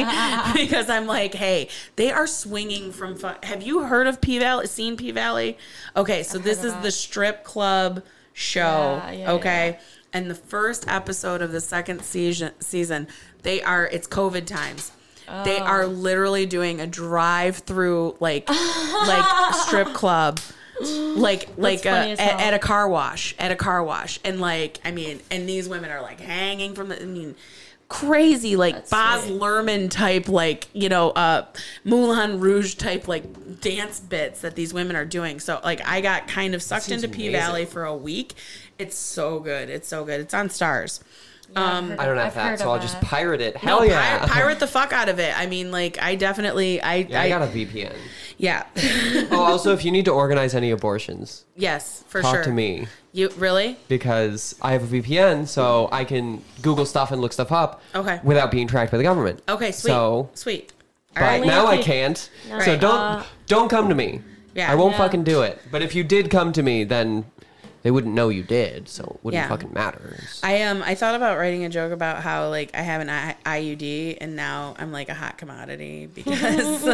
S1: because I'm like, hey, they are swinging from. Fun- have you heard of P Valley? Seen P Valley? Okay, so this is the strip club show.
S3: Yeah, yeah,
S1: okay. And the first episode of the second season, season, they are it's COVID times.
S3: Oh.
S1: They are literally doing a drive-through like like strip club, like like uh, a,
S3: funny
S1: at,
S3: as hell.
S1: at a car wash, at a car wash, and like I mean, and these women are like hanging from the. I mean, crazy like Boz
S3: sweet.
S1: Lerman type, like you know, uh, Moulin Rouge type, like dance bits that these women are doing. So like, I got kind of sucked
S2: seems
S1: into P
S2: amazing.
S1: Valley for a week. It's so good. It's so good. It's on Stars.
S3: um,
S2: I don't have that, so I'll just pirate it. Hell
S1: No, pi-
S2: Oh, yeah.
S1: pirate the fuck out of it. I mean, like, I definitely, I,
S2: yeah, I got a VPN.
S1: yeah,
S2: oh, also, if you need to organize any abortions,
S1: yes, for
S2: talk
S1: sure.
S2: to me.
S1: You really?
S2: because I have a VPN, so I can Google stuff and look stuff up.
S1: Okay.
S2: Without being tracked by the government.
S1: Okay, sweet,
S2: So,
S1: sweet.
S2: but
S1: right.
S2: now I
S3: Okay.
S2: can't.
S3: No.
S2: So
S1: Right. Uh,
S2: don't don't come to me.
S1: Yeah.
S2: I won't
S3: Yeah.
S2: fucking do it. But if you did come to me, then they wouldn't know you did, so it wouldn't
S1: Yeah.
S2: fucking matter.
S1: I um I thought about writing a joke about how like I have an I- IUD and now I'm like a hot commodity because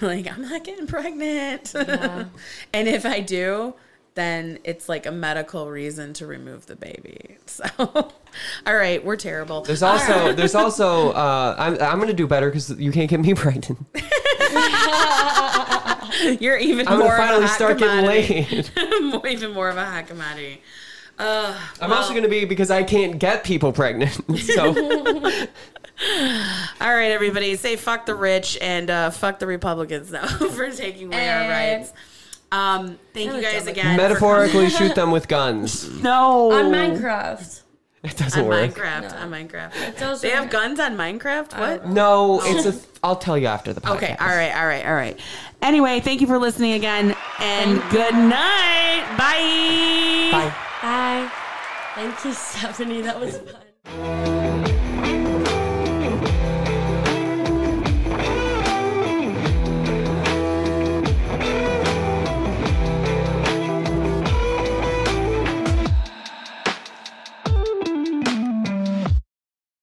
S1: like I'm not getting pregnant. and if I do, then it's like a medical reason to remove the baby. So all right, we're terrible.
S2: There's also there's also uh, I'm I'm gonna do better because you can't get me pregnant.
S1: You're even
S2: I'm
S1: more
S2: gonna
S1: of a
S2: finally
S1: hot
S2: start
S1: commodity.
S2: getting laid.
S1: even more of a hot commodity.
S2: I'm also going to be because I can't get people pregnant. So
S1: All right, everybody, say fuck the rich and uh, fuck the Republicans though for taking away our rights. Um, thank you guys again. for
S2: metaphorically shoot them with guns.
S1: coming- no
S3: On Minecraft.
S2: It doesn't
S1: on
S2: work.
S1: Minecraft on Minecraft.
S3: Those
S1: They
S3: are-
S1: have guns on Minecraft. What?
S2: No, it's a. Th- I'll tell you after the podcast.
S1: Oh. Okay. All right. All right. All right. Anyway, thank you for listening again, and good night. Bye.
S2: Bye.
S3: Bye. Thank you, Stephanie. That was fun.